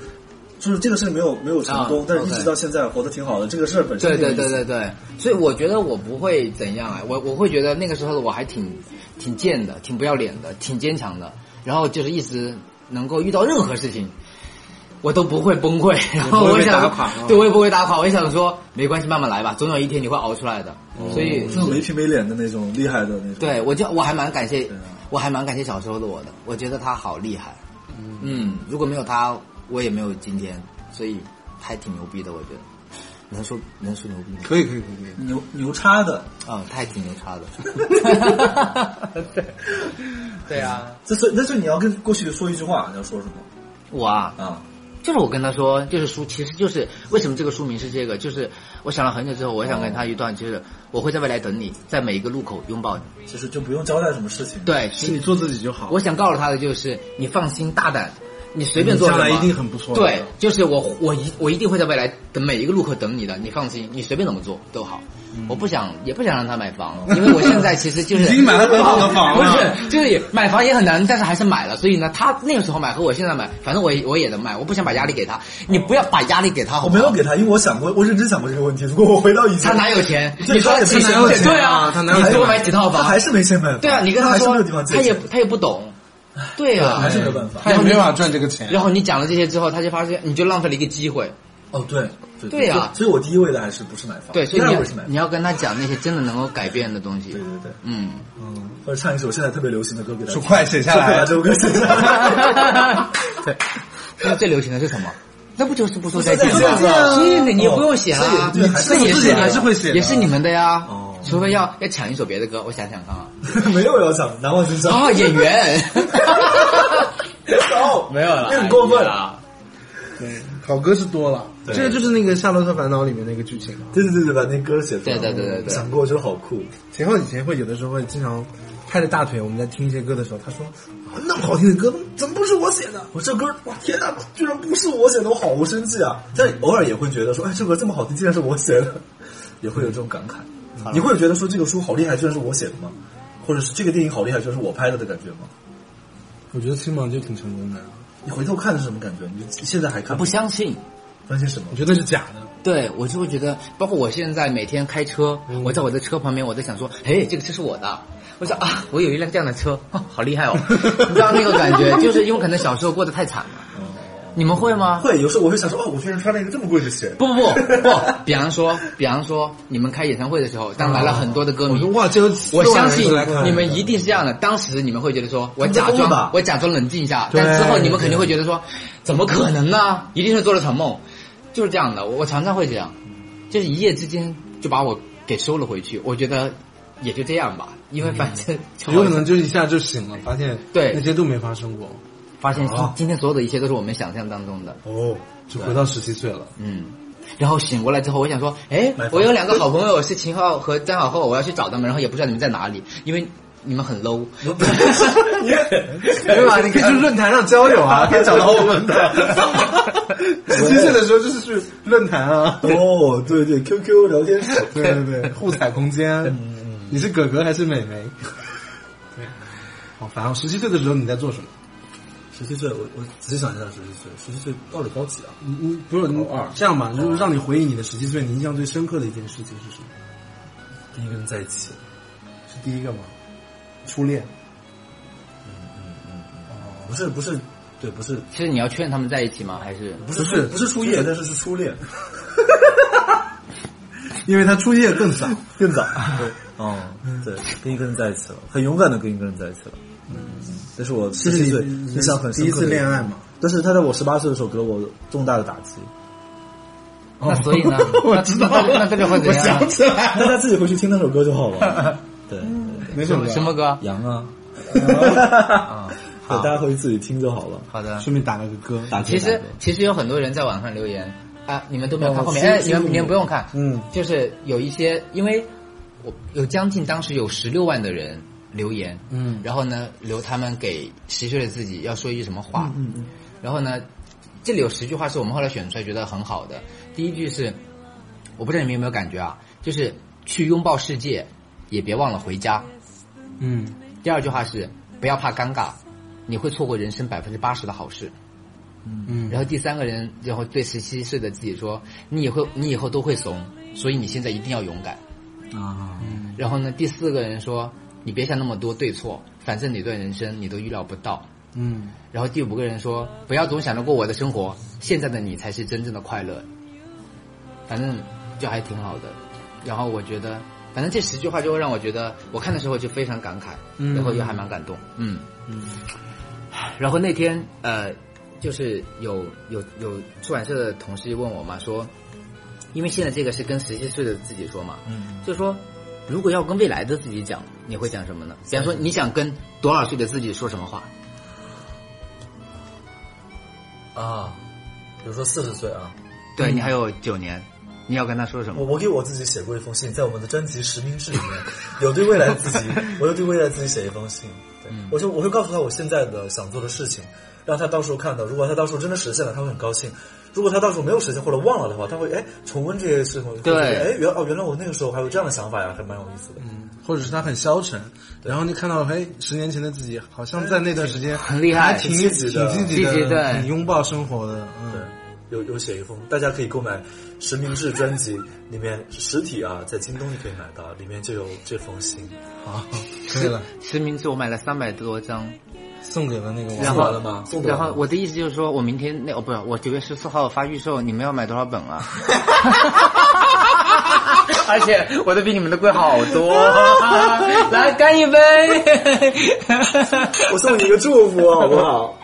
C: 就是这个事没有没有成功
D: 啊，
C: 但是一
D: OK
C: 直到现在活得挺好的，这个事儿本身
D: 对对
C: 挺有
D: 对
C: 意
D: 对
C: 思
D: 对，所以我觉得我不会怎样哎，我我会觉得那个时候的我还挺挺贱的，挺不要脸的，挺坚强的，然后就是一直能够遇到任何事情，我都不会 崩溃，然后
E: 不会
D: 我
E: 被
D: 想
E: 打垮嗯
D: 对我也不会打垮，我也想说没关系，慢慢来吧，总有一天你会熬出来的，
E: 哦
D: 所以
C: 就是没皮没脸的那种厉害的那种，
D: 对，我就我还蛮感谢，我还蛮感谢小时候的我的，我觉得他好厉害。嗯，如果没有他，我也没有今天，所以还挺牛逼的，我觉得。能说能说牛逼吗？
E: 可以可以可以可以，
C: 牛牛叉的，
D: 啊、他还挺牛叉的。对， 对啊，
C: 这是那是你要跟过去说一句话，你要说什么
D: 我啊，
C: 啊？
D: 就是我跟他说，就是书，其实就是为什么这个书名是这个，就是我想了很久之后，我想跟他一段，就是我会在未来等你，在每一个路口拥抱你。
C: 其实就不用交代什么事情，
D: 对，
E: 是你做自己就好。
D: 我想告诉他的就是，你放心大胆，你随便做
E: 你
D: 什
E: 将
D: 么，
E: 来一定很不错的
D: 对，就是我我一我一定会在未来的每一个路口等你的，你放心，你随便怎么做都好。我不想，也不想让他买房，因为我现在其实就是
E: 嗯 已经买了很好的房了
D: 不是，就是也买房也很难，但是还是买了。所以呢，他那个时候买和我现在买，反正我也我也能买，我不想把压力给他。你不要把压力给他，好
C: 我
D: 不
C: 没
D: 好
C: 有给他，因为我想过，我认真想过这个问题。如果我回到以前，
D: 他哪有钱？
C: 这
D: 你说
C: 他也
D: 几
C: 没钱买
D: 对
E: 啊
D: 啊，
E: 他哪有
D: 你
E: 钱
D: 多
E: 买
D: 买几套
C: 他
D: 房？
C: 还是没钱买。
D: 对啊，你跟
C: 他
D: 他
C: 还是没
D: 说
C: 有地方，借
D: 他也
C: 钱
D: 他也不懂。对啊，
C: 还是没有办法。
E: 他也没办法赚这个钱。
D: 然后你讲了这些之后，他就发现你就浪费了一个机会。
C: 哦，对对
D: 对啊
C: 所以我第一位的还是不是买房，
D: 对，所
C: 第
D: 以
C: 二
D: 你要
C: 位是买
D: 你
C: 房。
D: 要跟他讲那些真的能够改变的东西
C: 对。对对，
D: 嗯，
C: 嗯，或者唱一首现在特别流行的歌给他听。
E: 就快写下来
C: 把这首歌写下 来。
D: 对，现在最流行的是什么？那不就是不说再见
C: 不说再见啊
D: 吗？对对，你也不用写
C: 所以
D: 了，
C: 对还是
D: 这也
E: 自己还是会写的
D: 也是你们的呀
C: 哦。
D: 除非要要抢一首别的歌，我想想看啊。
C: 没有要讲难忘今宵。
D: 哦，演员，
C: 走，
D: 没有了，
C: 那很哦过分
D: 啊！
E: 对，好歌是多了，这个就是那个《夏洛特烦恼》里面那个剧情啊嘛。
C: 对对对对，把那歌写出来。
D: 对对对对对
C: 想过我觉得好酷。
E: 秦昊以前会有的时候会经常拍着大腿，我们在听一些歌的时候，他说：“啊那么好听的歌，怎么不是我写的
C: 我这歌，哇天哪，居然不是我写的，我好生气啊！但偶尔也会觉得说，哎，这歌这么好听，竟然是我写的， 也会有这种感慨。你会觉得说这个书好厉害，居然是我写的吗？或者是这个电影好厉害，居然是我拍的的感觉吗？？”
E: 我觉得青芒就挺成功的，
C: 你回头看是什么感觉？你现在还
D: 我
C: 看
D: 不相信，
C: 啊相信什么
E: 我？觉得是假的。
D: 对，我就会觉得，包括我现在每天开车，
E: 嗯
D: 我在我的车旁边，我在想说，嘿，这个车是我的。我想啊，我有一辆这样的车，哦、好厉 害哦！你知道那个感觉，就是因为可能小时候过得太惨了。
E: 嗯
D: 你们会吗？
C: 会有时候我会想说，哦，我居然穿了一个这么贵的鞋，
D: 不不不不，比方说，比方说，你们开演唱会的时候，当来了很多的歌
E: 我
D: 迷
E: 说，哇，这有四
D: 我
E: 万
D: 相
E: 人
D: 信
E: 来看
D: 你们一定是这样的。当时你们会觉得说，我假
C: 他们疯了吧
D: 装我假装冷静一下，但之后你们肯定会觉得说，怎么可能呢？一定是做了场梦，就是这样的。我我常常会这样，就是一夜之间就把我给收了回去。我觉得也就这样吧，因为反正就
E: 嗯有可能就一下就醒了，发现
D: 对
E: 那些都没发生过，
D: 发现今今天所有的一切都是我们想象当中的。
E: 哦，就回到十七岁了。
D: 嗯，然后醒过来之后，我想说，哎
C: 买，房
D: 我有两个好朋友是秦昊和张小厚，我要去找他们，然后也不知道你们在哪里，因为你们很 low。
E: 没有 啊，你可以去论坛上交友 啊，可以找到我们 的。十七岁的时候就是去论坛啊，
C: 哦，对对，QQ 聊天室，
E: 对对对，嗯互踩空间。你是哥哥还是妹妹？对，好烦哦！十七岁的时候你在做什么？
C: 十七岁，我我仔细想一下，十七岁，十七岁到底高几啊？
E: 你你嗯不是你这样吧？就是让你回忆你的十七岁，你印象最深刻的一件事情是什么？
C: 跟一个人在一起，
E: 是第一个吗？初恋。
C: 哦不是不是，对，不是
D: 其实你要劝他们在一起吗？还是
C: 不
E: 不是
C: 不是初夜，但是是初恋，
E: 因为他初夜更早， 嗯
C: 更 早。对，哦，对，跟一个人在一起了，很勇敢的跟一个人在一起了。嗯，这是我十七岁印象很
E: 第
C: 深
E: 一
C: 刻的
E: 次恋爱嘛？
C: 但是他在我十八岁的时候给了我重大的打 击，
D: 那所以呢？
E: 哦我知道了
D: 那那这个会啊怎
E: 我想
D: 样？
E: 起来
C: 大家自己回去听那首歌就好了。对，
E: 没
D: 什么什么歌？
C: 羊啊，对，大家回去自己听就好了。
D: 好的，
B: 顺便打了个歌，
C: 打
D: 其
C: 折
D: 实
C: 打折
D: 其实有很多人在网上留言啊，你们都没有看后面，
C: 哦
D: 哎，
C: 是
D: 你们
C: 是
D: 你们不用看，
B: 嗯，
D: 就是有一些，因为我有将近当时有十六万的人留言，
B: 嗯
D: 然后呢留他们给十岁的自己要说一句什么话，嗯嗯，然后呢这里有十句话是我们后来选出来觉得很好的，第一句是我不知道你们有没有感觉啊，就是去拥抱世界，也别忘了回家，
B: 嗯，
D: 第二句话是不要怕尴尬，你会错过人生百分之八十的好事。嗯，然后第三个人，然后对十七岁的自己说：“你以后你以后都会怂，所以你现在一定要勇敢。
C: 啊，”
D: 然后呢，第四个人说：“你别想那么多对错，反正哪段人生你都预料不到。”
B: 嗯，
D: 然后第五个人说：“不要总想着过我的生活，现在的你才是真正的快乐。”反正就还挺好的。然后我觉得，反正这十句话就会让我觉得，我看的时候就非常感慨，然后又还蛮感动。嗯嗯。然后那天呃，就是有有有出版社的同事问我嘛，说，因为现在这个是跟十七岁的自己说嘛，嗯，就说。如果要跟未来的自己讲，你会讲什么呢？比方说，你想跟多少岁的自己说什么话？
E: 啊，比如说四十岁啊，
D: 对你还有九年，你要跟他说什
E: 我
D: 么？
E: 我给我自己写过一封信，在我们的专辑《实名制》里面，有对未来自 己，我有对未来自己写一封信。对，我就我会告诉他我现在的想做的事情，让他到时候看到。如果他到时候真的实现了，他会很高兴；如果他到时候没有实现或者忘了的话，他会哎重温这些事情，会觉得
D: 对
E: 哎原哦原来我那个时候还有这样的想法呀，还蛮有意思的。
B: 或者是他很消沉，然后你看到哎，十年前的自己好像在那段时间
D: 很厉
B: 还
D: 害
B: 挺
E: 挺积极的
B: 挺积极
D: 积极对
B: 的，很拥抱生活的，
E: 对
B: 嗯，，
E: 有有写一封，大家可以购买《实名制》专辑，里面实体啊，在京东就可以买到，里面就有这封信。
B: 好，可以了，
D: 实名制我买了三百多张，
B: 送给了那个网
D: 然
B: 友
D: 后
E: 完了吗送不了
D: 然后我的意思就是说，我明天那哦不是，我九月十四号发预售，你们要买多少本 啊？而且我的比你们的贵好多， 来干一杯！
C: 我送你一个祝福，好不好？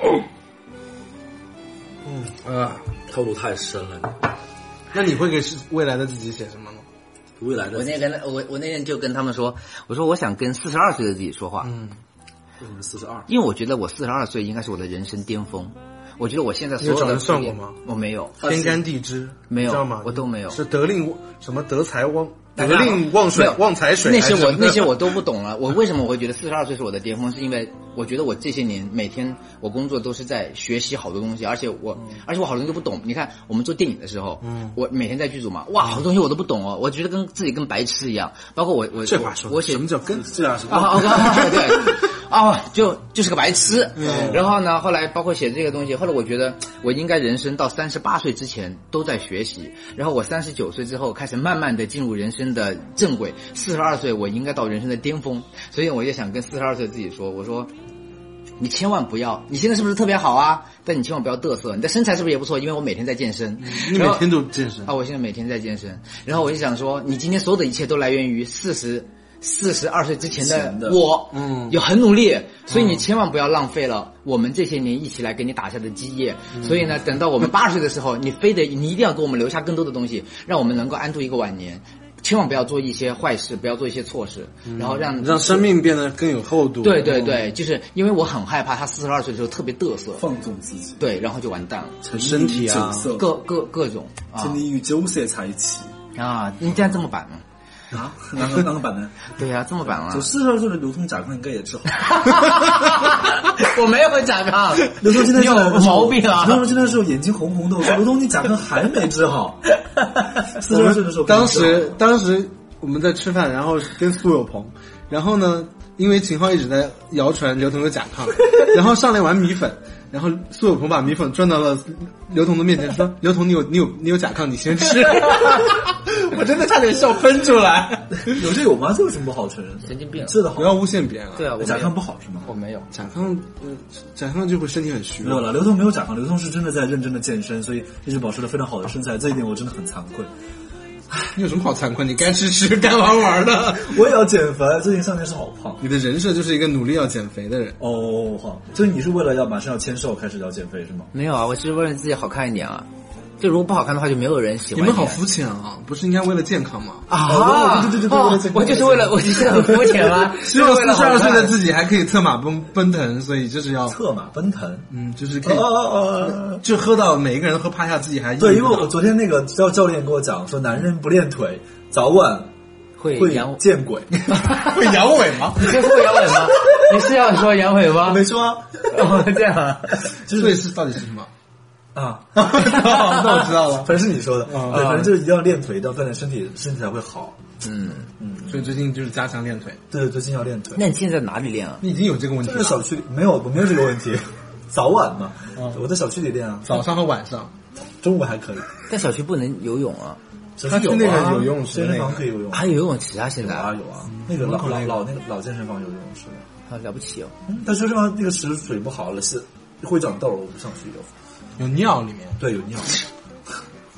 B: 啊。
E: 套路太深了，
B: 那你会给是未来的自己写什么呢？
E: 未来的
D: 我那天跟我我那天就跟他们说，我说我想跟四十二岁的自己说话，
B: 嗯，
E: 为什么是四十二？
D: 因为我觉得我四十二岁应该是我的人生巅峰。我觉得我现在所有
B: 你有找
D: 的
B: 人算
D: 事业
B: 过吗？哦
D: 我没有，
B: 天干地支
D: 没有
B: 你知道吗？
D: 我都没有
B: 是德令什么德才旺
D: 大
B: 德
D: 家好
B: 令旺
D: 没
B: 水
D: 有
B: 旺财水
D: 那
B: 还是
D: 些
B: 什
D: 我
B: 么的，
D: 那些我都不懂了。我为什么我会觉得四十二岁是我的巅峰？是因为我觉得我这些年每天我工作都是在学习好多东西，而且我、
B: 嗯
D: 而且我好多东西都不懂。你看我们做电影的时候，嗯，我每天在剧组嘛，哇，好多东西我都不懂哦，我觉得跟自己跟白痴一样。包括我我
B: 这话说的
D: 我写
B: 什么叫跟
C: 是啊，是
D: 啊啊啊！对，啊，就就是个白痴。
B: 嗯
D: 然后呢，后来包括写这个东西，后来我觉得我应该人生到三十八岁之前都在学习，然后我三十九岁之后开始慢慢的进入人生的正轨，四十二岁我应该到人生的巅峰，所以我就想跟四十二岁自己说，我说。你千万不要，你现在是不是特别好啊？但你千万不要嘚瑟，你的身材是不是也不错？因为我每天在健身，
B: 你每
D: 然后
B: 天都健身
D: 啊，我现在每天在健身，然后我就想说，你今天所有的一切都来源于四十。四十二岁之前
C: 前
D: 的
C: 的
D: 我，
B: 嗯
D: 有很努力，所以你千万不要浪费了我们这些年一起来给你打下的基业。
B: 嗯
D: 所以呢，等到我们八十岁的时候，你非得你一定要给我们留下更多的东西，让我们能够安度一个晚年。千万不要做一些坏事，不要做一些错事，然后让
B: 嗯让生命变得更有厚度。嗯
D: 对对对，就是因为我很害怕他四十二岁的时候特别嘚瑟，
C: 放纵自己，
D: 对，然后就完蛋了，
B: 身体啊
C: 酒色，
D: 各各各种啊
C: 沉溺于酒色财气
D: 啊！你这样这么板吗？
C: 啊！哪个哪个版呢？
D: 对呀、这么板了
C: 就。四十二岁的刘通甲亢应该也治好。
D: 我没有假唱，
C: 刘通今天
D: 你有毛病啊
C: 刘！通今天是眼睛红红的，我说刘通你甲亢还没治好。四十二岁的时候，
B: 当时当时我们在吃饭，然后跟苏有朋，然后呢，因为秦昊一直在谣传刘同有甲 亢，然后上了一碗米粉，然后苏有朋把米粉转到了刘同的面前，说：“刘同，你有你有你有甲亢，你先吃。” 我真的差点笑喷出来。
C: 有这有吗？这有什么不好承认的？
D: 神经病
C: 治得好
B: 不，要诬陷别人啊！
D: 对啊，我
C: 甲亢
D: 没
C: 不好是吗？
D: 我没有。
B: 甲亢，呃甲亢就会身体很虚
C: 没有
B: 弱。
C: 了，刘通没有甲亢，刘通是真的在认真的健身，所以一直保持了非常好的身材，这一点我真的很惭愧。
B: 你有什么好惭愧？你该吃吃， 该玩玩的。
C: 我也要减肥，最近上电视好胖。
B: 你的人设就是一个努力要减肥的人。
C: 哦，好，所以你是为了要马上要签售开始要减肥是吗？
D: 没有啊，我是为了自己好看一点啊。就如果不好看的话，就没有人喜
B: 你
D: 欢
B: 们好
D: 了
B: 肤浅啊！不是应该为了健康吗？
D: 啊！
C: 哦对对对对对
D: 哦
C: 对对对
D: 我就是为了，我就是很肤浅啦，
B: 只有
D: 就是为
B: 四
D: 了
B: 十
D: 好看
B: 二岁的自己还可以策马奔奔腾，所以就是要
C: 策马奔腾。
B: 嗯，就是可
C: 哦
B: 以
C: 哦哦！
B: 就喝到每一个人都喝趴下，自己还
C: 对，因为我昨天那个教教练跟我讲说，男人不练腿，早晚
D: 会
C: 会
D: 阳，
C: 见鬼。
B: 会阳痿吗？
D: 你是会阳痿吗？你是要说阳痿
C: 我
D: 吗？
C: 没说啊
D: 哦，这样啊，
B: 所以是到底是什么？
C: 啊，
B: 那我知道了
C: 反。正是你说的，
B: 嗯
C: 对，反正就是一定要练腿，一定要锻炼身体，身体才会好。
D: 嗯，
B: 所以最近就是加强练腿。
C: 对，最近要练腿。
D: 那你现在在哪里练啊？
B: 你已经有这个问题
C: 就是
B: 了，
C: 小区里没有，我没有这个问题。 早晚嘛，我在小区里练啊，
B: 嗯早上和晚上。
C: 中午还可以。
D: 在小区不能游泳啊，
C: 小
B: 他
C: 区
B: 去
C: 有啊
B: 那个游泳池
C: 健
B: 那个嗯
C: 身房可以游泳，
D: 还有游泳池啊？现
C: 有
D: 在
C: 啊有啊，那个老
B: 门口
C: 老
B: 那个
C: 老那个老健身房有游泳池的，
D: 啊了不起哦，
C: 但说实话，那个池水不好了，是会长痘，我不想去游。
B: 有尿里面，
C: 对，有尿。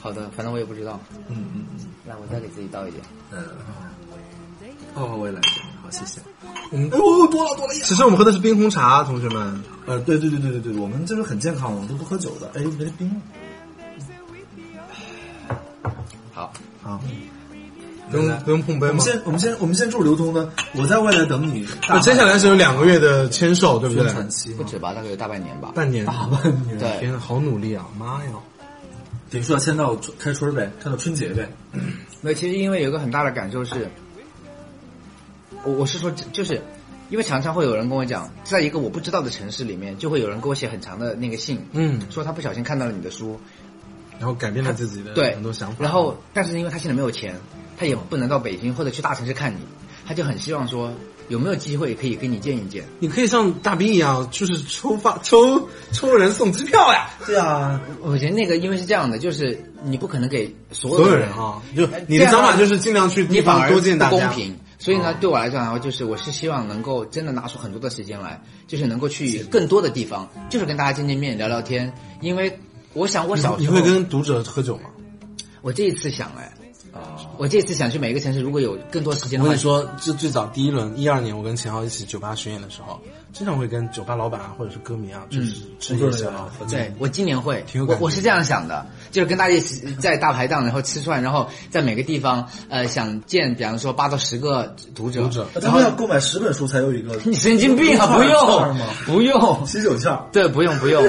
D: 好的，反正我也不知道，
C: 嗯嗯嗯，
D: 那我再给自己倒一点。
C: 嗯。哦，我也来一点，好，谢谢。
B: 嗯
C: 哎呦，多了多了一点。
B: 其实我们喝的是冰红茶，同学们。
C: 呃，对对对对对对，我们这是很健康，我们都不喝酒的。哎，没冰了
D: 好，
C: 啊。
B: 不用不用碰杯
C: 我们
B: 吗？
C: 先我们先我们先祝刘通呢，我在未来等你
B: 那
C: 大卖。
B: 接下来是有两个月的签售，对不
C: 宣
B: 对？
C: 传期
D: 不
C: 嘛，
D: 止吧，大概有大半年吧。
B: 半年，
C: 大半年，
D: 对，
B: 天呐，好努力啊！妈呀，
C: 顶说要签到春开春呗，签到春节呗。
D: 没有，其实因为有一个很大的感受是，我我是说，就是因为常常会有人跟我讲，在一个我不知道的城市里面，就会有人给我写很长的那个信，
B: 嗯，
D: 说他不小心看到了你的书，
B: 然后改变了自己的
D: 对
B: 很多想法。
D: 然后但是因为他现在没有钱，他也不能到北京或者去大城市看你，他就很希望说有没有机会可以跟你见一见。
B: 你可以像大兵一样，就是抽发 抽抽人送支票呀，
C: 对啊，
D: 我觉得那个因为是这样的，就是你不可能给所
B: 所有
D: 有
B: 人啊哈，就
D: 人
B: 你的想法就是尽量 去
D: 你
B: 地
D: 反
B: 方
D: 而
B: 多见大
D: 不公
B: 家。哦
D: 平。所以呢，对我来讲的话，就是我是希望能够真的拿出很多的时间来，就是能够去更多的地方，就是跟大家见见面、聊聊天。因为我想，我小
B: 你
D: 时
B: 会
D: 候，
B: 跟读者喝酒吗？
D: 我这一次想，哎，我这一次想去每一个城市，如果有更多时间
B: 我
D: 的
B: 跟
D: 话
B: 你，说，这最早第一轮一二年，我跟秦昊一起酒吧巡演的时候，经常会跟酒吧老板啊，或者是歌迷啊，就是
C: 嗯
B: 吃夜宵啊，喝酒。
D: 对我今年会
B: 挺有，感
D: 我
B: 觉
D: 我是这样想的，就是跟大家一起在大排档，然后吃串，然后在每个地方，呃，想见，比方说八到十个读者，
B: 读者
C: 他们要购买十本书才有一个
D: 你神经病啊！ 不用，不用，
C: 啤酒券。
D: 对，不用不用。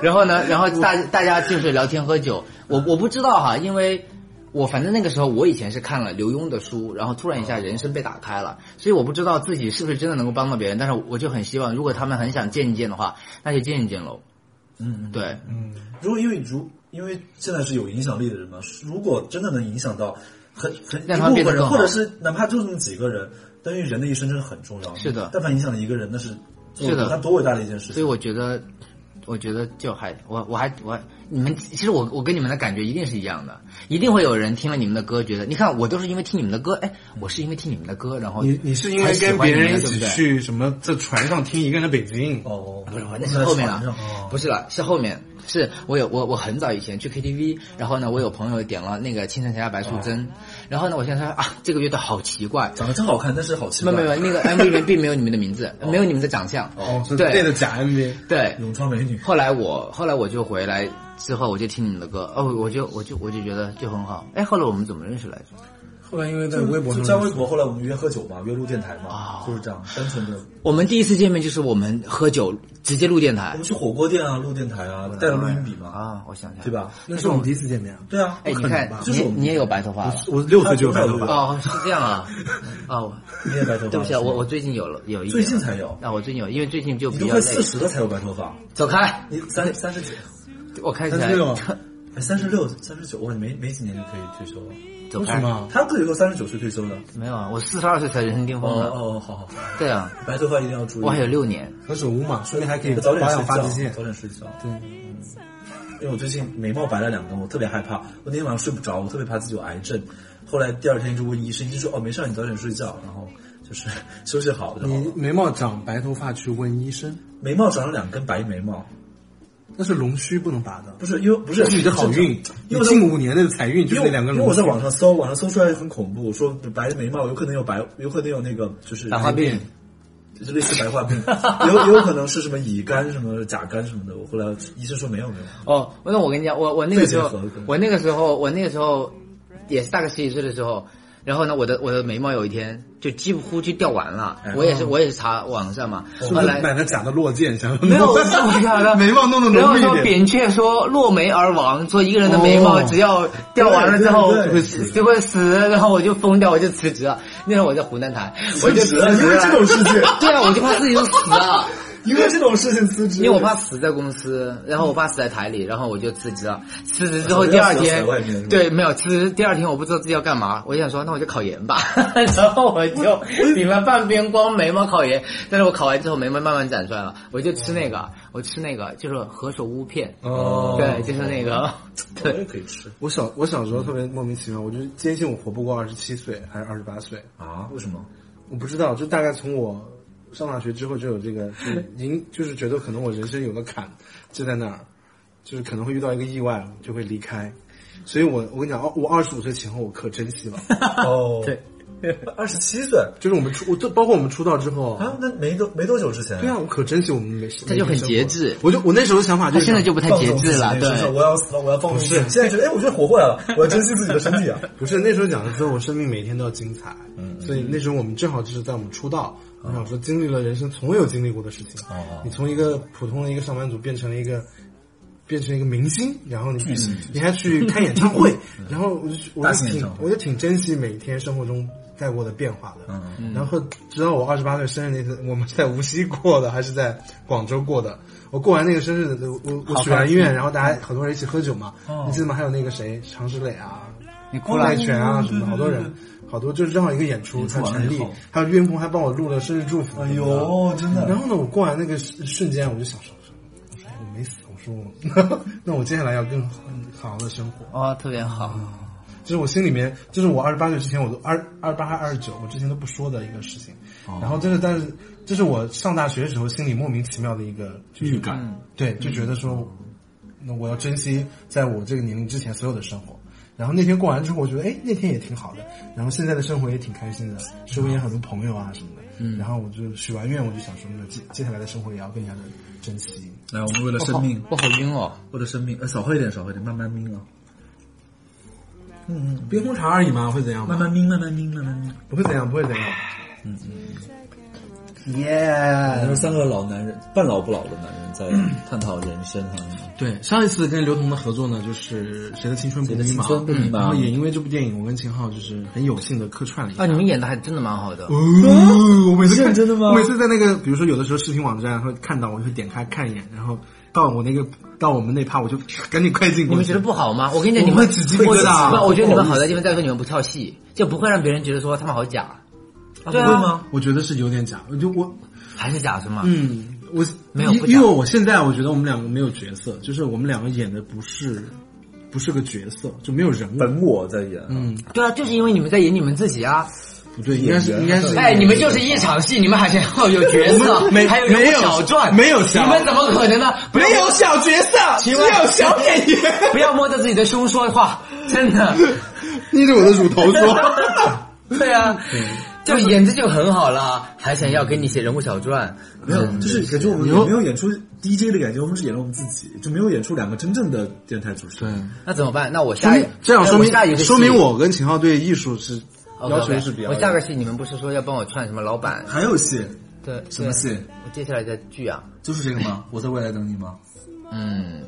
D: 然后呢，然后大大家就是聊天喝酒。我我不知道哈，因为我反正那个时候我以前是看了刘墉的书，然后突然一下人生被打开了，所以我不知道自己是不是真的能够帮到别人。但是我就很希望，如果他们很想见一见的话，那就见一见喽。
C: 嗯，
D: 对，
C: 如果因为如因为现在是有影响力的人嘛，如果真的能影响到很很
D: 让
C: 一
D: 他
C: 部
D: 变得
C: 分人，
D: 更好
C: 或者是哪怕就那么几个人，但因为人的一生真的很重要。
D: 是的
C: 但凡影响了一个人，那是做
D: 是的
C: 那多伟大的一件事
D: 所以
C: 情。
D: 我觉得，我觉得就还我我还我你们其实我我跟你们的感觉一定是一样的，一定会有人听了你们的歌，觉得你看我都是因为听你们的歌，哎，我是因为听你们的歌，然后
B: 你你是因
D: 才
B: 为
D: 喜
B: 跟
D: 欢
B: 别
D: 你们
B: 人
D: 的
B: 一
D: 对
B: 起
D: 不对
B: 去什么在船上听一个人的北京？
C: 哦，
D: 不是，我那是后面啊了，不是了，是后面，是我有我我很早以前去 KTV，然后呢，我有朋友点了那个《青城峡下白素贞》，然后呢，我现在说啊，这个乐队好奇怪，
C: 长得真好看，但是好奇
D: 没
C: 怪。
D: 有没有，那个 MV 里面并没有你们的名字，没有你们的长相，
B: 哦，是
D: 对
B: 对的假 MV。
D: 对。
C: 永川美女，
D: 后来我后来我就回来之后，我就听你们的歌，哦，我就我就我就觉得就很好。哎，后来我们怎么认识来着？
B: 后来因为在
D: 嗯
C: 就
B: 微博
C: 就
B: 上
C: 加
B: 面
C: 微博，后来我们约喝酒嘛，约录电台嘛
D: 哦，
C: 就是这样，单纯的。
D: 我们第一次见面就是我们喝酒直接录电
C: 我
D: 台
C: 们去火锅店啊，录电台啊，带了录音笔嘛，
D: 啊，我想起来了
C: 对？吧？
B: 那是我们第一次见面啊。
C: 对啊，
B: 不
D: 哎，你
B: 可能
D: 看
B: 吧，
C: 就是
D: 你
C: 我们
D: 你也有白头发了。啊
B: 我六岁就有白头
C: 他
B: 发，
D: 哦，是这样啊，哦，
C: 你也白头发
D: 对不起啊，
C: 是吗
D: 我我最近有了有一点
C: 最近才有
D: 啊，我最近有，因为最近就
C: 你
D: 比
C: 都
D: 较
C: 快
D: 累。
C: 四十了才有白头发，
D: 走开，
C: 你三三十几，
D: 我看起
B: 但
D: 来
B: 是那种
C: 哎三十六、三十九，哇，你没没几年就可以退休了。
D: 走
B: 为什
D: 开，
B: 么？
C: 他可以说三十九岁退休的。
D: 没有啊，我四十二岁才人生巅
C: 哦
D: 峰
B: 嗯
D: 呢。
C: 哦，好好，好
D: 对啊，
C: 白头发一定要注意。
D: 我还有六年。
B: 何首乌嘛，说明还可以
C: 早
B: 保
C: 点
B: 养
C: 睡
B: 发
C: 觉
B: 际，线
C: 早。点睡觉。
B: 对，
C: 因为我最近眉毛白了两根，我特别害怕。我那天晚上睡不着，我特别怕自己有癌症。后来第二天就问医生，医生说哦没事儿，你早点睡觉，然后 就是休息好就好
B: 你
C: 了。
B: 眉毛长白头发去问医生，
C: 眉毛长了两根白眉毛，
B: 那是龙须不能拔的。
C: 不是因为不是
B: 你的好运，
C: 因
B: 你
C: 为我在
B: 近五年的财运就
C: 因
B: 是
C: 为
B: 那两个
C: 因为我
B: 龙须
C: 在。网上搜，网上搜出来很恐怖，说白眉毛有可能有白，有可能有那个就是
D: 白化病，
C: 就是类似白化病，也有也有可能是什么乙肝什么甲肝什么的。我后来医生说没有没有，
D: 哦，那我跟你讲，我我那个时候
C: 肺结核可，能
D: 我那个时候，我那个时候也是大概十几岁的时候，然后呢，我的我的眉毛有一天就几乎就掉完了，
C: 哎
D: 我也是
C: 哦
D: 我也是查网上嘛，后来
B: 买个假的落剑，想
D: 没有是我假的
B: 眉毛弄得
D: 然
B: 浓
D: 后
B: 密
D: 说
B: 一点。
D: 扁鹊说落眉而亡，说一个人的眉毛只要掉完了之后
C: 对对对
D: 会死就会死，然后我就疯掉，我就辞职了。那时候我在湖南台，我就辞职
C: 因为这
D: 了。
C: 种事情，
D: 对啊，我就怕自己就死了。
C: 因为这种事情辞职，
D: 因为我怕死在公司，然后我怕死在台里，然后我就辞职了。辞职之后第二
C: 啊要死
D: 天
C: 在外面是吧，
D: 对，没有辞职第二天我不知道自己要干嘛，我就想说那我就考研吧， 然后我 就顶了半边光眉毛考研，但是我考完之后眉毛慢慢长出来了，我就吃那个，我吃那个就是何首乌片，
B: 哦
D: 对，就是那 个，
C: 我
D: 对
C: 也可以吃
B: 我小我小时候特别莫名其妙，我就坚信我活不过二十七岁还是二十八岁，
C: 啊？为什么？
B: 我不知道，就大概从我上大学之后就有这个，就是已经就是觉得可能我人生有个坎就在那儿，就是可能会遇到一个意外就会离开，所以我我跟你讲，哦我二十五岁前后我可珍惜了，
C: 哦，
D: 对，
C: 二十七岁
B: 就是我们出我就包括我们出道之后，
C: 啊，那没多没多久之前，
B: 对啊，我可珍惜我们没
D: 他就很节，制，
B: 我就我那时候想法就
D: 他
B: 是
D: 现在就不太
C: 放
D: 节
C: 纵自己
D: 制了，
C: 那
D: 对
C: 个。时候我要死了，我要放纵自己。现在觉得哎，我觉得活过来了，我要珍惜自己的身体啊。
B: 不是那时候讲的，说我生命每天都要精彩，
C: 嗯
B: 所以那时候我们正好就是在我们出道，我想说经历了人生从未有经历过的事情，
C: 哦
B: 你从一个普通的一个上班族变成了一个。变成一个明星，然后你你还去开演唱会，然后我就我
C: 嗯大
B: 就
C: 型演
B: 挺
C: 唱会
B: 我就挺珍惜每天生活中带过的变化的。
C: 嗯
B: 然后直到我二十八岁生日那天，我们是在无锡过的，还是在广州过的？我过完那个生日，我我我许完
C: 嗯
B: 愿，然后大家很多人一起喝酒嘛。
C: 哦
B: 你记得吗？还有那个谁，常石磊啊，
D: 你哭
B: 郭
D: 了
B: 泰，全啊什么的，好多人，好多就是正好一个演出才
C: 嗯出完
B: 成
C: 以
B: 立
C: 后，
B: 还有岳云鹏还帮我录了生日祝福。
C: 哎，呦，真的。
B: 然后呢，我过完那个瞬瞬间，我就想说，我说哎我没死，我说我 那我接下来要更好好的生活。
D: 哦，特别好，
B: 就是我心里面，就是我二十八岁之前，我都二二八还二十九，我之前都不说的一个事情。然后，就是但是，这是我上大学的时候心里莫名其妙的一个预感，嗯对，就觉得说，那我要珍惜在我这个年龄之前所有的生活。然后那天过完之后，我觉得哎，那天也挺好的，然后现在的生活也挺开心的，周边有很多朋友啊什么的。嗯，然后我就许完愿，我就想说，那接接下来的生活也要更加的珍惜。
C: 来，我们为了
D: 我好我好晕哦。
C: 为了生命，呃，少喝一点，少喝一点，慢慢抿啊，
B: 冰红茶而已嘛，会怎样
C: 慢慢抿，慢慢抿，慢慢抿。
B: 不会怎样，不会怎样。嗯嗯。耶、
C: 反正三个老男人，半老不老的男人在探讨啊人生方面。
B: 对，上一次跟刘同的合作呢，就是《谁的青春不迷
C: 谁的青春
B: 茫嗯啊
C: 不》，迷茫
B: 然后也因为这部电影，我跟秦昊就是很有幸的客串了一下。
D: 啊，你们演的还真的蛮好的，
B: 哦，我每次看
C: 认真的吗
B: 我每次在那个，比如说有的时候视频网站会看到，我就会点开看一眼，然后到我那个到我们那趴，我就赶紧快进
D: 你
B: 过
D: 们
B: 去
D: 觉得。不好吗？我跟你讲，你们
B: 我会起鸡皮疙瘩
D: 不我觉得你们好的地方在于说你们不跳戏，就不会让别人觉得说他们好假。对
C: 不会
D: 啊，
C: 吗？
B: 我觉得是有点假，我就我
D: 还是假是吗？
B: 嗯，我
D: 没有
B: 因
D: 不假
B: 因为我现在我觉得我们两个没有角色，就是我们两个演的不是不是个角色，就没有人物。
C: 本我在演，嗯，
D: 对啊，就是因为你们在演你们自己啊！
B: 不对，应该是
C: 演员
B: 应该是
D: 哎，你们就是一场戏，你们还想要有角色，
B: 没
D: 还有
B: 没
D: 人
B: 有
D: 物小传，
B: 没有小
D: 你们怎么可能呢？不要
B: 小角色，
D: 请问
B: 小演 员。
D: 不要摸着自己的胸说话，真的。
B: 捏着我的乳头说，
D: 对啊，就演这就很好了，还想要给你写人物小传， 嗯
C: 没有，就是感觉我
B: 嗯
C: 们
B: 你
C: 也
B: 又
C: 没有演出 DJ 的感觉，我们只演了我们自己，就没有演出两个真正的电台主持人。
D: 那怎么办？那我下一
B: 这样说
D: 那我下一
B: 明
D: 个戏
B: 说明我跟秦昊对艺术是要求是比较
D: 我。下个戏你们不是说要帮我串什么老板？
C: 还有戏，
D: 对，
C: 什么戏？
D: 我接下来的剧啊，
C: 就是这个吗？我在未来等你吗？
D: 嗯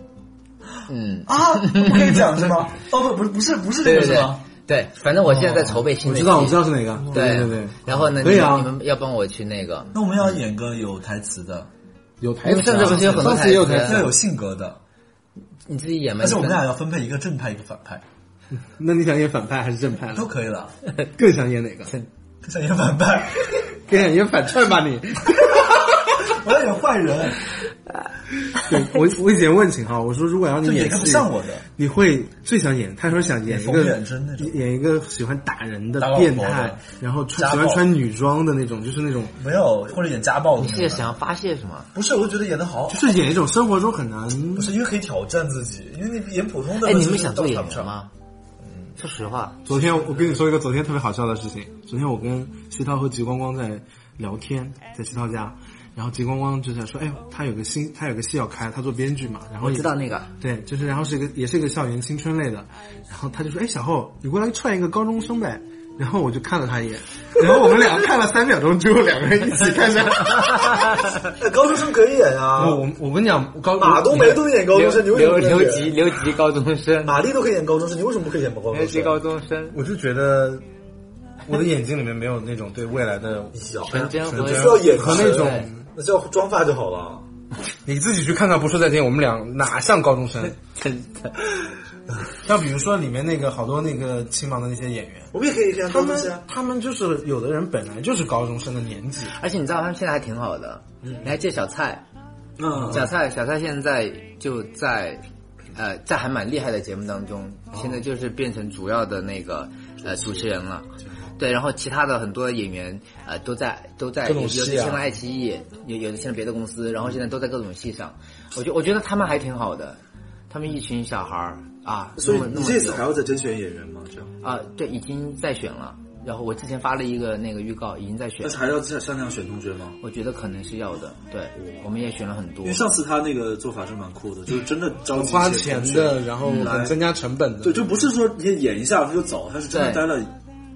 D: 嗯，
C: 啊，不可以讲是 吗？哦不，不是，不是，不是
D: 对对对？对，反哦正我现在在筹备新
B: 我
D: 的
B: 知
D: 戏，
B: 道，我知道是哪个。
C: 哦
D: 对
B: 对对，
D: 然后呢，
B: 可以啊
D: 你们你们要帮我去那个，
C: 那我们要演个有台词的，
B: 有台词啊，
D: 甚至不是有很多
B: 上次也有
D: 台
B: 台
D: 词
C: 要
B: 词。
C: 有性格的，
D: 你自己演吗？
C: 但是我们俩要分配一个正派一个反派，
B: 那你想演反派还是正派
C: 都
B: 呢？
C: 可以了。
B: 更想演哪个？
C: 想演反派，
B: 更想演反串吧你。
C: 我要演坏人，
B: 对我我以前问秦昊，我说如果让你
C: 就演
B: 演
C: 一个不
B: 戏
C: 像我的
B: 你会最想演？他说想演一
C: 冯
B: 个
C: 远征那种
B: 演一个喜欢打人的
C: 打老婆
B: 变
C: 的
B: 态，然后穿
C: 家
B: 喜
C: 暴
B: 欢穿女装的那种，就是那种
C: 没有或者演家暴的
D: 你
C: 那
D: 是
C: 种。
D: 想要发泄是吗？
C: 不是，我就觉得演的好
B: 就，是演一种生活中很难
C: 不是因为可以挑战自己，因为你演普通的，
D: 哎，你们想做
C: 倒
D: 演
C: 不
D: 员
C: 上？
D: 吗？说实话，
B: 昨天我跟你说一个昨天特别好笑的事情。昨天我跟西涛和吉光光在
F: 聊天，在齐涛家，然后吉光光就在说，哎，他有个新，他有个戏要开，他做编剧嘛，然后
D: 我
F: 也
D: 知道那个，
F: 对，就是然后是一个也是一个校园青春类的，然后他就说，哎，小后，你过来串一个高中生呗。然后我就看了他一眼，然后我们俩看了三秒钟之后，两个人一起看 上。
C: 哎，高中生可以演啊，
F: 我我我跟你讲，我高
C: 马啊东梅都能演高中生，你为什
D: 留
C: 么不能
D: 留
C: 演？
D: 级留级高中生，
C: 马丽都可以演高中生，你为什么不可以演高
D: 留
C: 中
D: 级
C: 生？
D: 高中生，
B: 我就觉得我的眼睛里面没有那种对未来 的，
C: 你小
D: 纯真和
C: 你需要演
B: 和那种
D: 对
C: 那叫妆发就好了。
B: 你自己去看看，不说再见，我们俩哪像高中生？
D: 真的
B: 像比如说里面那个好多那个青芒的那些演员，
C: 我们也可以演
B: 他
C: 高中
B: 们
C: 生啊。
B: 他们就是有的人本来就是高中生的年纪，
D: 而且你知道他们现在还挺好的，你还记得小蔡？
C: 嗯，
D: 小蔡，小蔡现在就在，呃，在还蛮厉害的节目当中，
C: 哦
D: 现在就是变成主要的那个呃主持人了。对，然后其他的很多演员，呃，都在都在，
B: 各
D: 有
B: 种
D: 有的
B: 戏啊
D: 现在爱奇艺，有有的现在别的公司，然后现在都在各种戏上。我觉我觉得他们还挺好的，他们一群小孩儿啊，
C: 所以
D: 那么那
C: 你
D: 么
C: 这次
D: 久
C: 还要再甄选演员吗？这样，
D: 啊、对，已经在选了。然后我之前发了一个那个预告，已经在选
C: 但是，还要再商量选同学吗？
D: 我觉得可能是要的。对，我们也选了很多
C: 因为。上次他那个做法是蛮酷的，就是
D: 嗯
C: 真的招集一些
B: 花钱
C: 同学
B: 的，，然后很增加成本的，
C: 对，就不是说你演一下他就走，他是真的
D: 对
C: 待了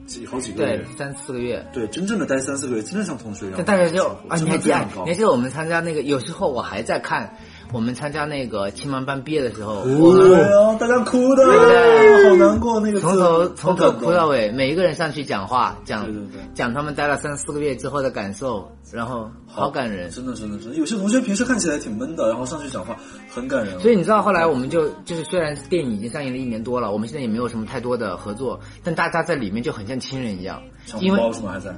C: 几好几个
D: 对
C: 月，，
D: 三四个月，
C: 对，真正的待三四个月，真的像同学一样。
D: 但大学就啊，
C: 成
D: 你
C: 本
D: 还记得
C: 非常高
D: 你还记得我们参加那个？有时候我还在看我们参加那个青芒班毕业的时候，我们
C: 哎呦，大家哭的，
D: 对
C: 好难过，那个字
D: 从头从头
C: 好感动
D: 哭到尾，每一个人上去讲话，讲
C: 对对对
D: 讲他们待了三四个月之后的感受，然后好感人。
C: 真的真的真的，有些同学平时看起来挺闷的，然后上去讲话很感人。
D: 所以你知道，后来我们就就是，虽然电影已经上映了一年多了，我们现在也没有什么太多的合作，但大家在里面就很像亲人一样，
C: 小
D: 因
C: 红
D: 为
C: 包是吗？还在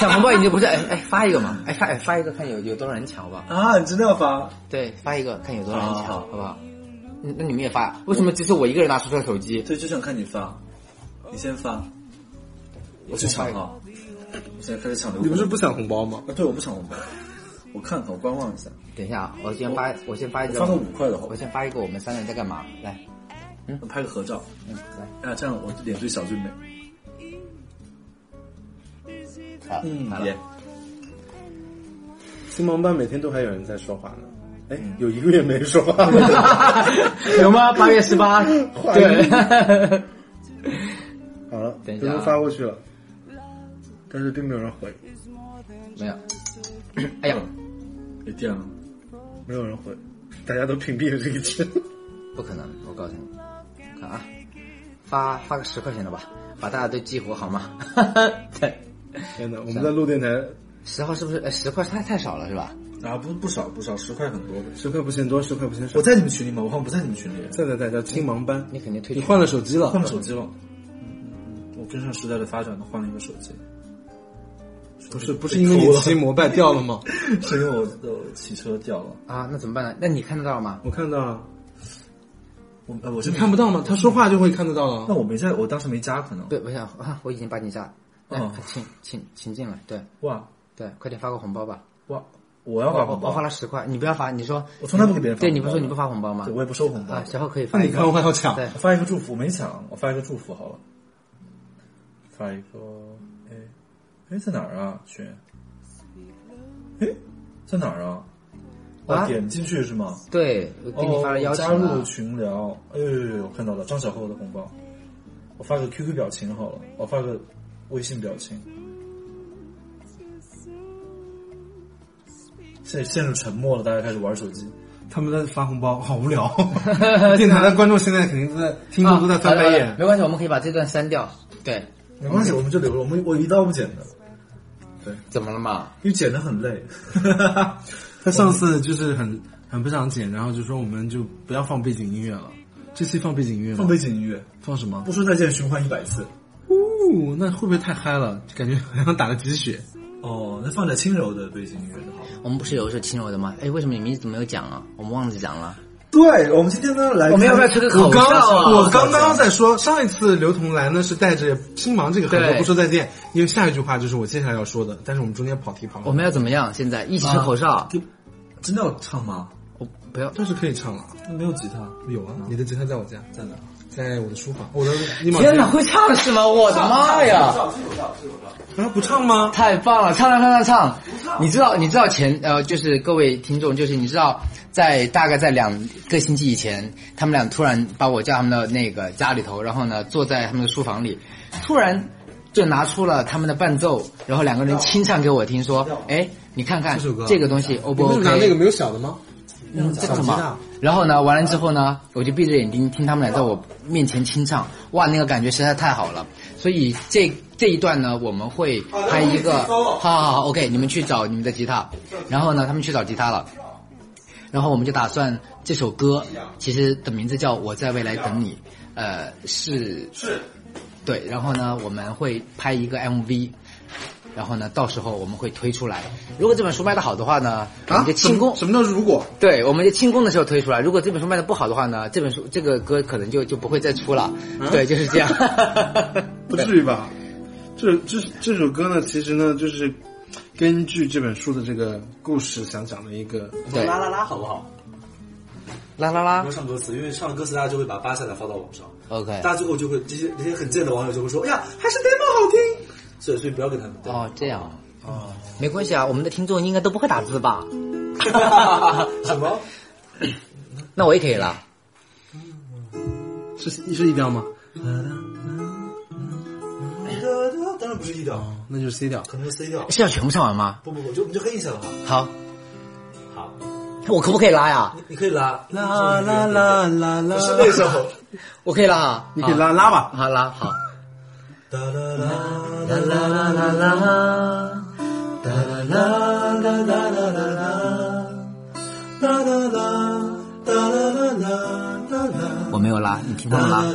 D: 小红包已经不是哎哎发一个嘛，哎发哎发一个看有有多少人抢好不好？
C: 啊？你真的要发？
D: 对，发一个看有多少人抢，
C: 好
D: 好不好？嗯那你们也发呀？为什么只是我一个人拿出这个手机？
C: 对，就想看你发，你先发，我去抢啊！我现在开始抢流。
B: 你不是不想红包吗？
C: 啊？对，我不抢红包，我看看，我观望一下，
D: 等一下啊，我先发，我先发一个，
C: 发个五块的好
D: 我
C: 吧？
D: 先发一个，我们三个人在干嘛？来，
C: 拍个合照，
D: 嗯，来，
C: 哎呀，这样我脸对小俊美。
D: 好，好了
C: 耶，
B: 青芒班每天都还有人在说话呢，哎，有一个月没说话了。
D: 有吗？八月十八，对，
B: 好了，
D: 等一
B: 都
D: 下啊
B: 发过去了，但是并没有人回，
D: 没有。 哎呀，
C: 有电了。
B: 没有人回，大家都屏蔽了这个群。
D: 不可能，我告诉你，看啊，发发个十块钱的吧，把大家都激活好吗？ 对，
B: 天哪，我们在录电台
D: 十号是不是？呃，十块太太少了是吧？
C: 啊，不不少不少，十块很多呗。
B: 十块不嫌多，十块不嫌少
C: 我。在你们群里吗？我好像不在你们群里。
B: 在在在叫青芒班，
D: 你肯定退
B: 你
D: 群
B: 换了手机了，
C: 换了手机了。嗯，我跟上时代的发展，换了一个手机，
B: 不是不是因为你骑摩拜掉了吗？
C: 是 因为我的汽车掉了。
D: 啊？那怎么办呢？那你看得到吗？
B: 我看到了，
C: 我呃，我
B: 你
C: 真
B: 看不到吗？他说话就会看得到了
C: 那。我没在，我当时没加，可能。
D: 对，我想啊，我已经把你加，来，
C: 哦
D: 请请请进来，对
C: 哇
D: 对，快点发个红包吧。
C: 哇，我要
D: 我
C: 发
D: 我
C: 红
D: 我发
C: 包，
D: 了十块，你不要发，你说
C: 我从来不给别人发红包的。
D: 对，你不是说你不发红包吗
C: 对，？我也不收红包
D: 啊，。小后可以
B: 那
D: 发一
B: 你
D: 个。
B: 看我还要抢，
D: 对
C: 我发一个祝福，我没抢，我发一个祝福好了。发一个，哎，哎，在哪儿啊？群？哎，在哪儿啊？
D: 啊
C: 哦，点进去是吗？
D: 对，我给你发了邀请啊
C: 哦、加入
D: 了。
C: 群聊，哎呦呦呦，我看到了张小厚的红包，我发个 QQ 表情好了，我发个微信表情。现在陷入沉默了，大家开始玩手机。
B: 他们在发红包，好无 聊。电台的观众现在肯定都在听众都在翻白
D: 啊
B: 眼。
D: 没关系，我们可以把这段删掉。对，
C: 没
D: 嗯
C: 关系，我们就留着，我们我一刀不剪的，
D: 怎么了嘛？
C: 因为剪的很累。
B: 他上次就是很很不想剪，然后就说我们就不要放背景音乐了。这期放背景音乐吗？
C: 放背景音乐，
B: 放什么
C: 不？说再见循环一百次。
B: 呜、那会不会太嗨了？就感觉好像打了鸡血。
C: 哦，那放点轻柔的背景音乐就好了。
D: 我们不是有一首轻柔的吗？哎，为什么你们一直没有讲啊？我们忘记讲了。
C: 对，我们今天呢来，
D: 我们要不要吹个口
B: 我刚
D: 哨啊？
B: 我刚刚在说，上一次刘同来呢是带着青芒这个很多
D: 对
B: 不说再见，因为下一句话就是我接下来要说的，但是我们中间跑题跑
D: 我
B: 了，
D: 们要怎么样？现在一起
C: 啊
D: 吹口哨？
C: 真的要唱吗？
D: 我不要。
B: 但是可以唱了。啊
C: 没有吉他，
B: 有啊，你的吉他在我家，
C: 在哪？
B: 在我的书房，我的衣帽
D: 天哪，
B: 间。
D: 会唱是吗？我的妈呀！
B: 啊，不唱吗？
D: 太棒了，唱唱唱唱唱！你知道，你知道前呃，就是各位听众，就是你知道，在大概在两个星期以前，他们俩突然把我叫他们的那个家里头，然后呢，坐在他们的书房里，突然就拿出了他们的伴奏，然后两个人清唱给我听，说：“哎，你看看
B: 这首歌
D: 这个东西 O
B: 你
D: 不
B: 不
D: OK？”
B: 是拿那个没有小的吗？
D: 嗯，这个什
B: 小吉他
D: 么？然后呢，完了之后呢，我就闭着眼睛听他们俩在我面前清唱，哇，那个感觉实在太好了。所以这这一段呢，我们会拍一个，好好好，OK，你们去找你们的吉他，然后呢，他们去找吉他了。然后我们就打算这首歌，其实的名字叫《我在未来等你》，呃，是是，对。然后呢，我们会拍一个 MV，然后呢，到时候我们会推出来。如果这本书卖的好的话呢，我们
B: 啊
D: 就，
B: 什
D: 庆
B: 么
D: 功
B: 什么叫如果？
D: 对，我们就庆功的时候推出来。如果这本书卖的不好的话呢，这本书这个歌可能就就不会再出了。对，就是这 样。
B: 不至于吧？这这这首歌呢，其实呢，就是根据这本书的这个故事想讲的一个，
D: 对，
C: 啦
D: 啦
C: 啦啦，好不好？
D: 啦
C: 不
D: 啦
C: 要上歌词，因为上了歌词大家就会把扒下来发到网上，
D: ，OK
C: 大。家最后就会这些那些很贱的网友就会说，哎呀，还是 demo 好听。 所以所以不要跟他们对。
D: 哦，这样。哦，没关系啊，我们的听众应该都不会打字吧？
C: 什 么？
D: 那我也可以了。
B: 是是一调吗？
C: 当然不是 E 调，
B: 那就是 C 调。
C: 可能是 C 调。
D: 是要全部唱完吗？
C: 不不不，就你就可以印象了哈。
D: 好，
C: 好，
D: 我可不可以拉呀？
C: 你你可以拉
B: 啦啦啦啦啦
C: 不， 是那首。
D: 我可以拉啊，
B: 你可以拉拉吧。
D: 好，好拉好。
C: 哒啦啦
D: 啦
C: 啦
D: 啦啦啦啦，哒啦啦啦啦啦啦
C: 哒啦啦哒啦啦啦啦啦。
D: 我没有拉，你听他们拉。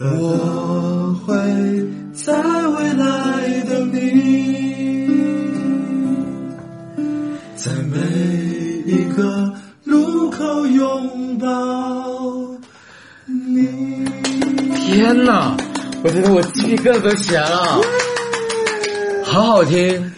C: 我会在未来等你，在每一个路口拥抱你。
D: 天呐，我觉得我鸡皮疙瘩都啊起来了，好好听。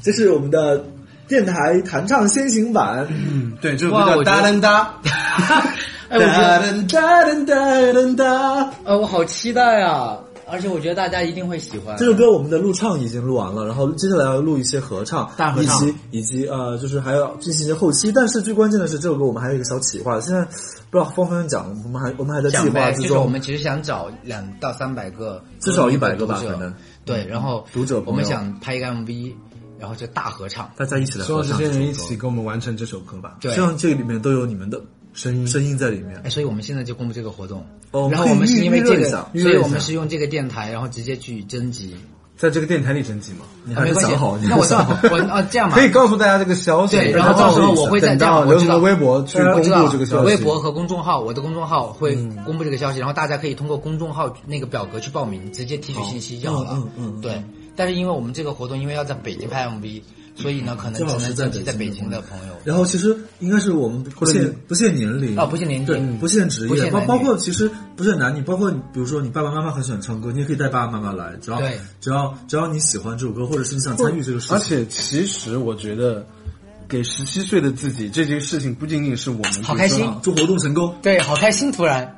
C: 这是我们的电台弹唱先行版。
B: 嗯，对，这首
D: 哇
B: 歌叫
D: 我觉
B: 哒
D: 得
B: 噔哒。
D: 哎，我觉得，
C: 哒噔哒噔哒。
D: 呃，我好期待啊！而且我觉得大家一定会喜欢
C: 这。首歌我们的录唱已经录完了，然后接下来要录一些合唱，
D: 大合唱
C: 以及以及呃，就是还要进行一些后期。但是最关键的是，这首歌我们还有一个小企划，现在不知道方不方便讲，我们还我们还在计
D: 想
C: 划
D: 呗，
C: 之
D: 就是我
C: 中。
D: 们其实想找两到三百个，嗯
C: 至少100个吧
D: 读者
C: 可能。嗯
D: 对，然后
C: 读者朋友
D: 我们想拍一个 MV，然后就大合唱。
C: 大家一起来
B: 所有
C: 合
B: 这
C: 唱
B: 些
C: 这首
B: 人
C: 歌
B: 一起，跟我们完成这首歌吧。
D: 对
C: 希，望这里面都有你们的
B: 声音
C: 声音在里面。
D: 哎，所以我们现在就公布这个活动。
C: 哦
D: 然后我们是因为这
C: 可以预热
D: 个
C: 一下，预热
D: 所
C: 一下
D: 以我们是用这个电台，然后直接去征集。
B: 在这个电台里征集嘛，
C: 你
D: 啊
C: 还
D: 没
C: 是
D: 关系
C: 想好，，你
D: 那我算
C: 想好。
D: 我啊这样吧
B: 可，以告诉大家这个消息。
D: 对
B: 等
D: 然后到时候
B: 等
D: 我会再
B: 等
D: 这
B: 到
D: 样
B: 刘
D: 我知
B: 总
D: 道
B: 的微博去
D: 我
B: 公
D: 知道
B: 布这个消息。
D: 微博和公众号，我的公众号会
C: 嗯
D: 公布这个消息，然后大家可以通过公众号那个表格去报名，直接提取信息就好了。
C: 嗯嗯嗯
D: 对。但是因为我们这个活动，因为要在北京拍 MV，所以呢，可能
C: 正好
D: 只
C: 是
D: 能
C: 在
D: 征集在
C: 北
D: 北
C: 京
D: 京
C: 的
D: 的朋友。
C: 然后其实应该是我们不限不限年龄
D: 啊不限年龄
C: 对
D: 嗯
C: 不限职
D: 不
C: 业，
D: 限
C: 包
D: 男女
C: 包括其实不限男女，包括你比如说你爸爸妈妈很喜欢唱歌，你也可以带爸爸妈妈来，只要
D: 对
C: 只要只要你喜欢这首歌，或者是你想参与这个事情，
B: 而且其实我觉得，给十七岁的自己，这件事情不仅仅是我们
D: 好开心
C: 祝啊活动成功。
D: 对，好开心，突然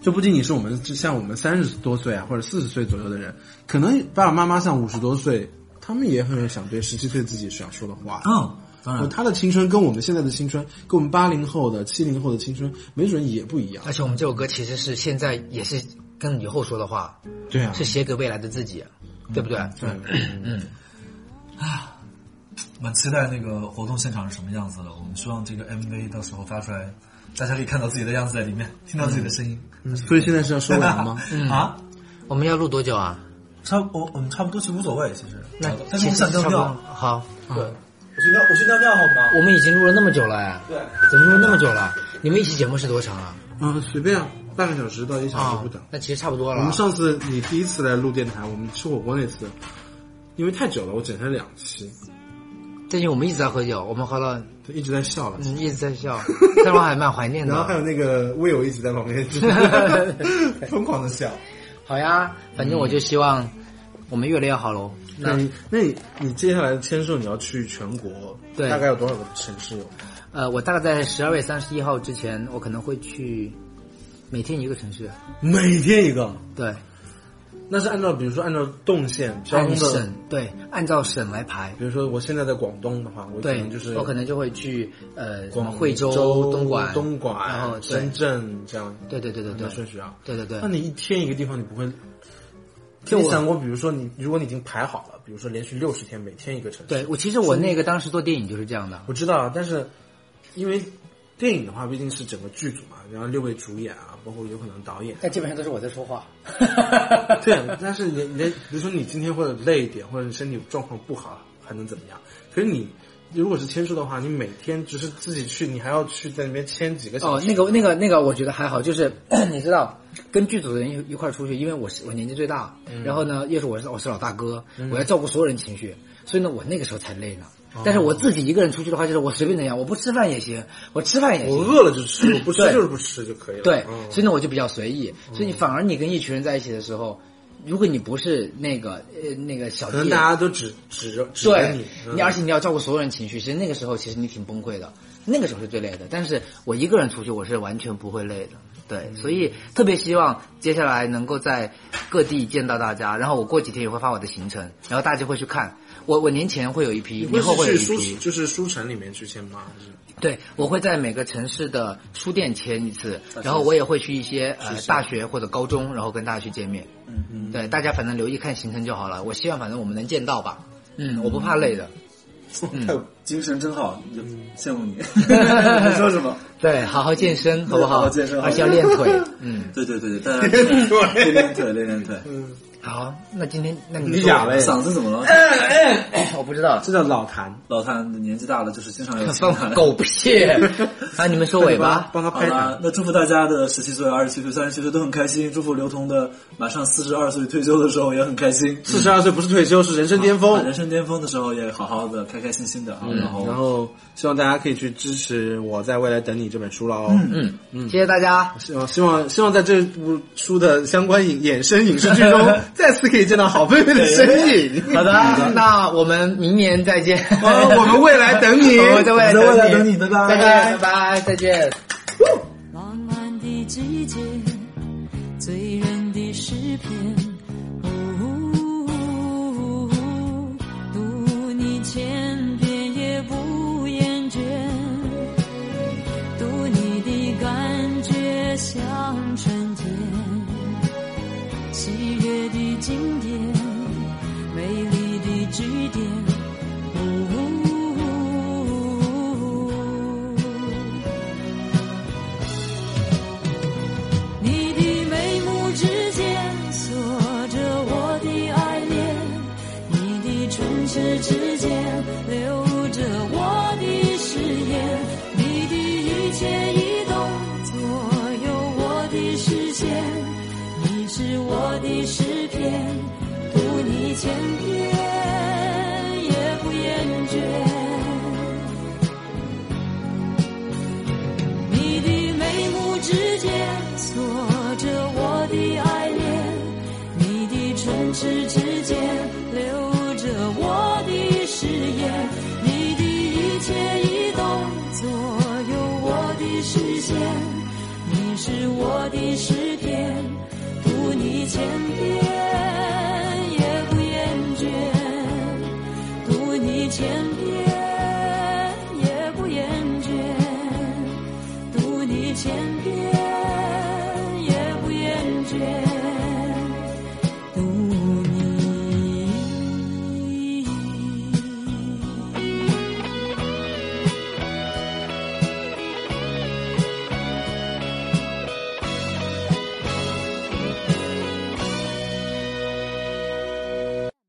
B: 就不仅仅是我们，就像我们三十多岁啊，或者四十岁左右的人，可能爸爸妈妈像五十多岁，他们也很有想对十七岁自己想说的话。
D: 啊
C: 嗯，当
B: 呃，他的青春跟我们现在的青春，跟我们八零后的、七零后的青春，没准也不一样
D: 而。且我们这首歌其实是现在也是跟以后说的话，
B: 对啊
D: 是写给未来的自己，对不对？
B: 对，
C: 蛮期待那个活动现场是什么样子的。我们希望这个 MV 到时候发出来，大家可以看到自己的样子在里面，听到自己的声音。
B: 嗯所以现在是要说完吗？
C: 啊，
D: 我们要录多久啊？
C: 差不我我们差不多是无所谓，其实。
D: 那
C: 但是
D: 其
C: 我
D: 实
C: 想
D: 差
C: 尿
D: 不多
C: 尿。
D: 好，对，
C: 我去尿，我去尿尿好吗？
D: 我们已经录了那么久了哎，对，怎么录了那么久了？你们一期节目是多长啊？
B: 嗯，随便啊，半个小时到一小时
D: 啊
B: 不等。，
D: 那其实差不多
B: 我
D: 了
B: 们。上次你第一次来录电台，我们吃火锅那次，因为太久了，我剪成两期，
D: 最近我们一直在喝酒，我们喝到
B: 就一直在笑了。
D: 嗯一直在 笑，但我还蛮怀念
B: 然后还有
D: 的。
B: 那个 Will 一直在旁 边疯狂的笑。
D: 好呀，反正我就希望我们越来越好喽。
B: 那你那你你接下来的签售你要去全国，
D: 对
B: 大概有多少个城市有？
D: 呃，我大概在十二月三十一号之前，我可能会去每天一个城市，
B: 每天一个，
D: 对，
B: 那是按照比如说按照动线交
D: 按
B: 通的
D: 省，对，按照省来排。
B: 比如说我现在在广东的话，我可
D: 对
B: 能就是，
D: 我可能就会去呃，什么
B: 广
D: 惠州、
B: 州、
D: 东莞、
B: 东
D: 然后
B: 莞、
D: 对嗯
B: 深圳这样
D: 对对对对
B: 的
D: 对，
B: 顺序啊。
D: 对对对
B: 那，你一天一个地方，你不会？
D: 就
B: 你
D: 我
B: 想过，比如说你，如果你已经排好了，比如说连续六十天，每天一个城市，
D: 对我其实我那个当时做电影就是这样的，
B: 我知道啊，但是因为电影的话，毕竟是整个剧组嘛，然后六位主演啊，包括有可能导演，
D: 但基本上都是我在说 话。
B: 对啊，但是你你的，比如说你今天会累一点，或者你身体状况不好，还能怎么样？可是你如果是签售的话，你每天只是自己去，你还要去在那边签几个小
D: 哦，
B: 时。
D: 那个那个那个，我觉得还好，就是 你知道，跟剧组的人一一块儿出去，因为我是我年纪最大，然后呢，又是我是我是老大哥，我要照顾所有人情绪，所以呢，我那个时候才累呢。但是我自己一个人出去的话，就是我随便怎样，我不吃饭也行，我吃饭也行，
B: 我饿了就吃，我不吃
D: 哦对
B: 就是不吃就可以了。
D: 对，
B: 嗯
D: 所以呢，我就比较随意。所以你反而你跟一群人在一起的时候，如果你不是那个呃那个小
B: 可能
D: 弟，
B: 大家都指指着指着
D: 对
B: 你，嗯
D: 你，而且你要照顾所有人情绪，其实那个时候其实你挺崩溃的，那个时候是最累的。但是我一个人出去，我是完全不会累的。
B: 嗯
D: 对，所以特别希望接下来能够在各地见到大家，然后我过几天也会发我的行程，然后大家就会去看。我我年前会有一批，
B: 你
D: 年后会有
B: 会
D: 一
B: 是去
D: 批
B: 书，就是书城里面去签吗？还是
D: 对，我会在每个城市的书店签一次，然后我也会去一些呃大学或者高中，然后跟大家去见面。嗯嗯，对，大家反正留意看行程就好了。我希望反正我们能见到吧。嗯，我不怕累的。
C: 太精神真好，羡慕你。 你说什么？
D: 对，好好健身，好不
C: 好好健身
D: 而且要练腿。嗯，
C: 对对 对对，大家练练腿，练练腿。
B: 嗯
D: 好，那今天那你
B: 你
D: 说
B: 哑了
D: 吧
B: 哎
C: 嗓子怎么了？
D: 我不知道，
B: 这叫老痰。
C: 老谭年纪大了，就是经常有情
D: 放
C: 感。
D: 狗屁啊！你们收尾吧。
B: 帮他
C: 好
B: 拍
C: 啦
B: 痰。，
C: 那祝福大家的十七岁、二十七岁、三十七岁都很开心。祝福刘同的马上四十二岁退休的时候也很开心，
B: 四十二岁不是退休，是人生巅
C: 啊
B: 峰嗯
C: 人。生巅峰的时候也好好的、开开心心的啊。然
B: 然
C: 后
B: 后希望大家可以去支持《我在未来等你》这本书了哦。
D: 嗯，谢谢大家。
B: 希望希望希望在这部书的相关影衍生影视剧 中，再次可以见到好妹妹的身影。
D: 好的，嗯那我们明年再见。
B: 呃我们未来等你，
D: 我们在未来
C: 我们在未来
D: 等
C: 等你拜拜
D: 再见，拜拜，再见。
G: 浪漫的季节，醉人的诗篇，哦，读你千遍也不厌倦，读你的感觉像春天，喜悦的经典，美丽的句点，哦。你的眉目之间锁着我的爱恋，你的唇齿之间留着我的誓言，你的一切一动左右我的视线，你是我的诗篇，读你千遍也不厌倦。你的眉目之间锁着我的爱恋，你的唇齿之间留着我的誓言，切移动左右我的视线，你是我的诗篇，读你千遍也不厌倦，读你千遍也不厌倦，读你千遍。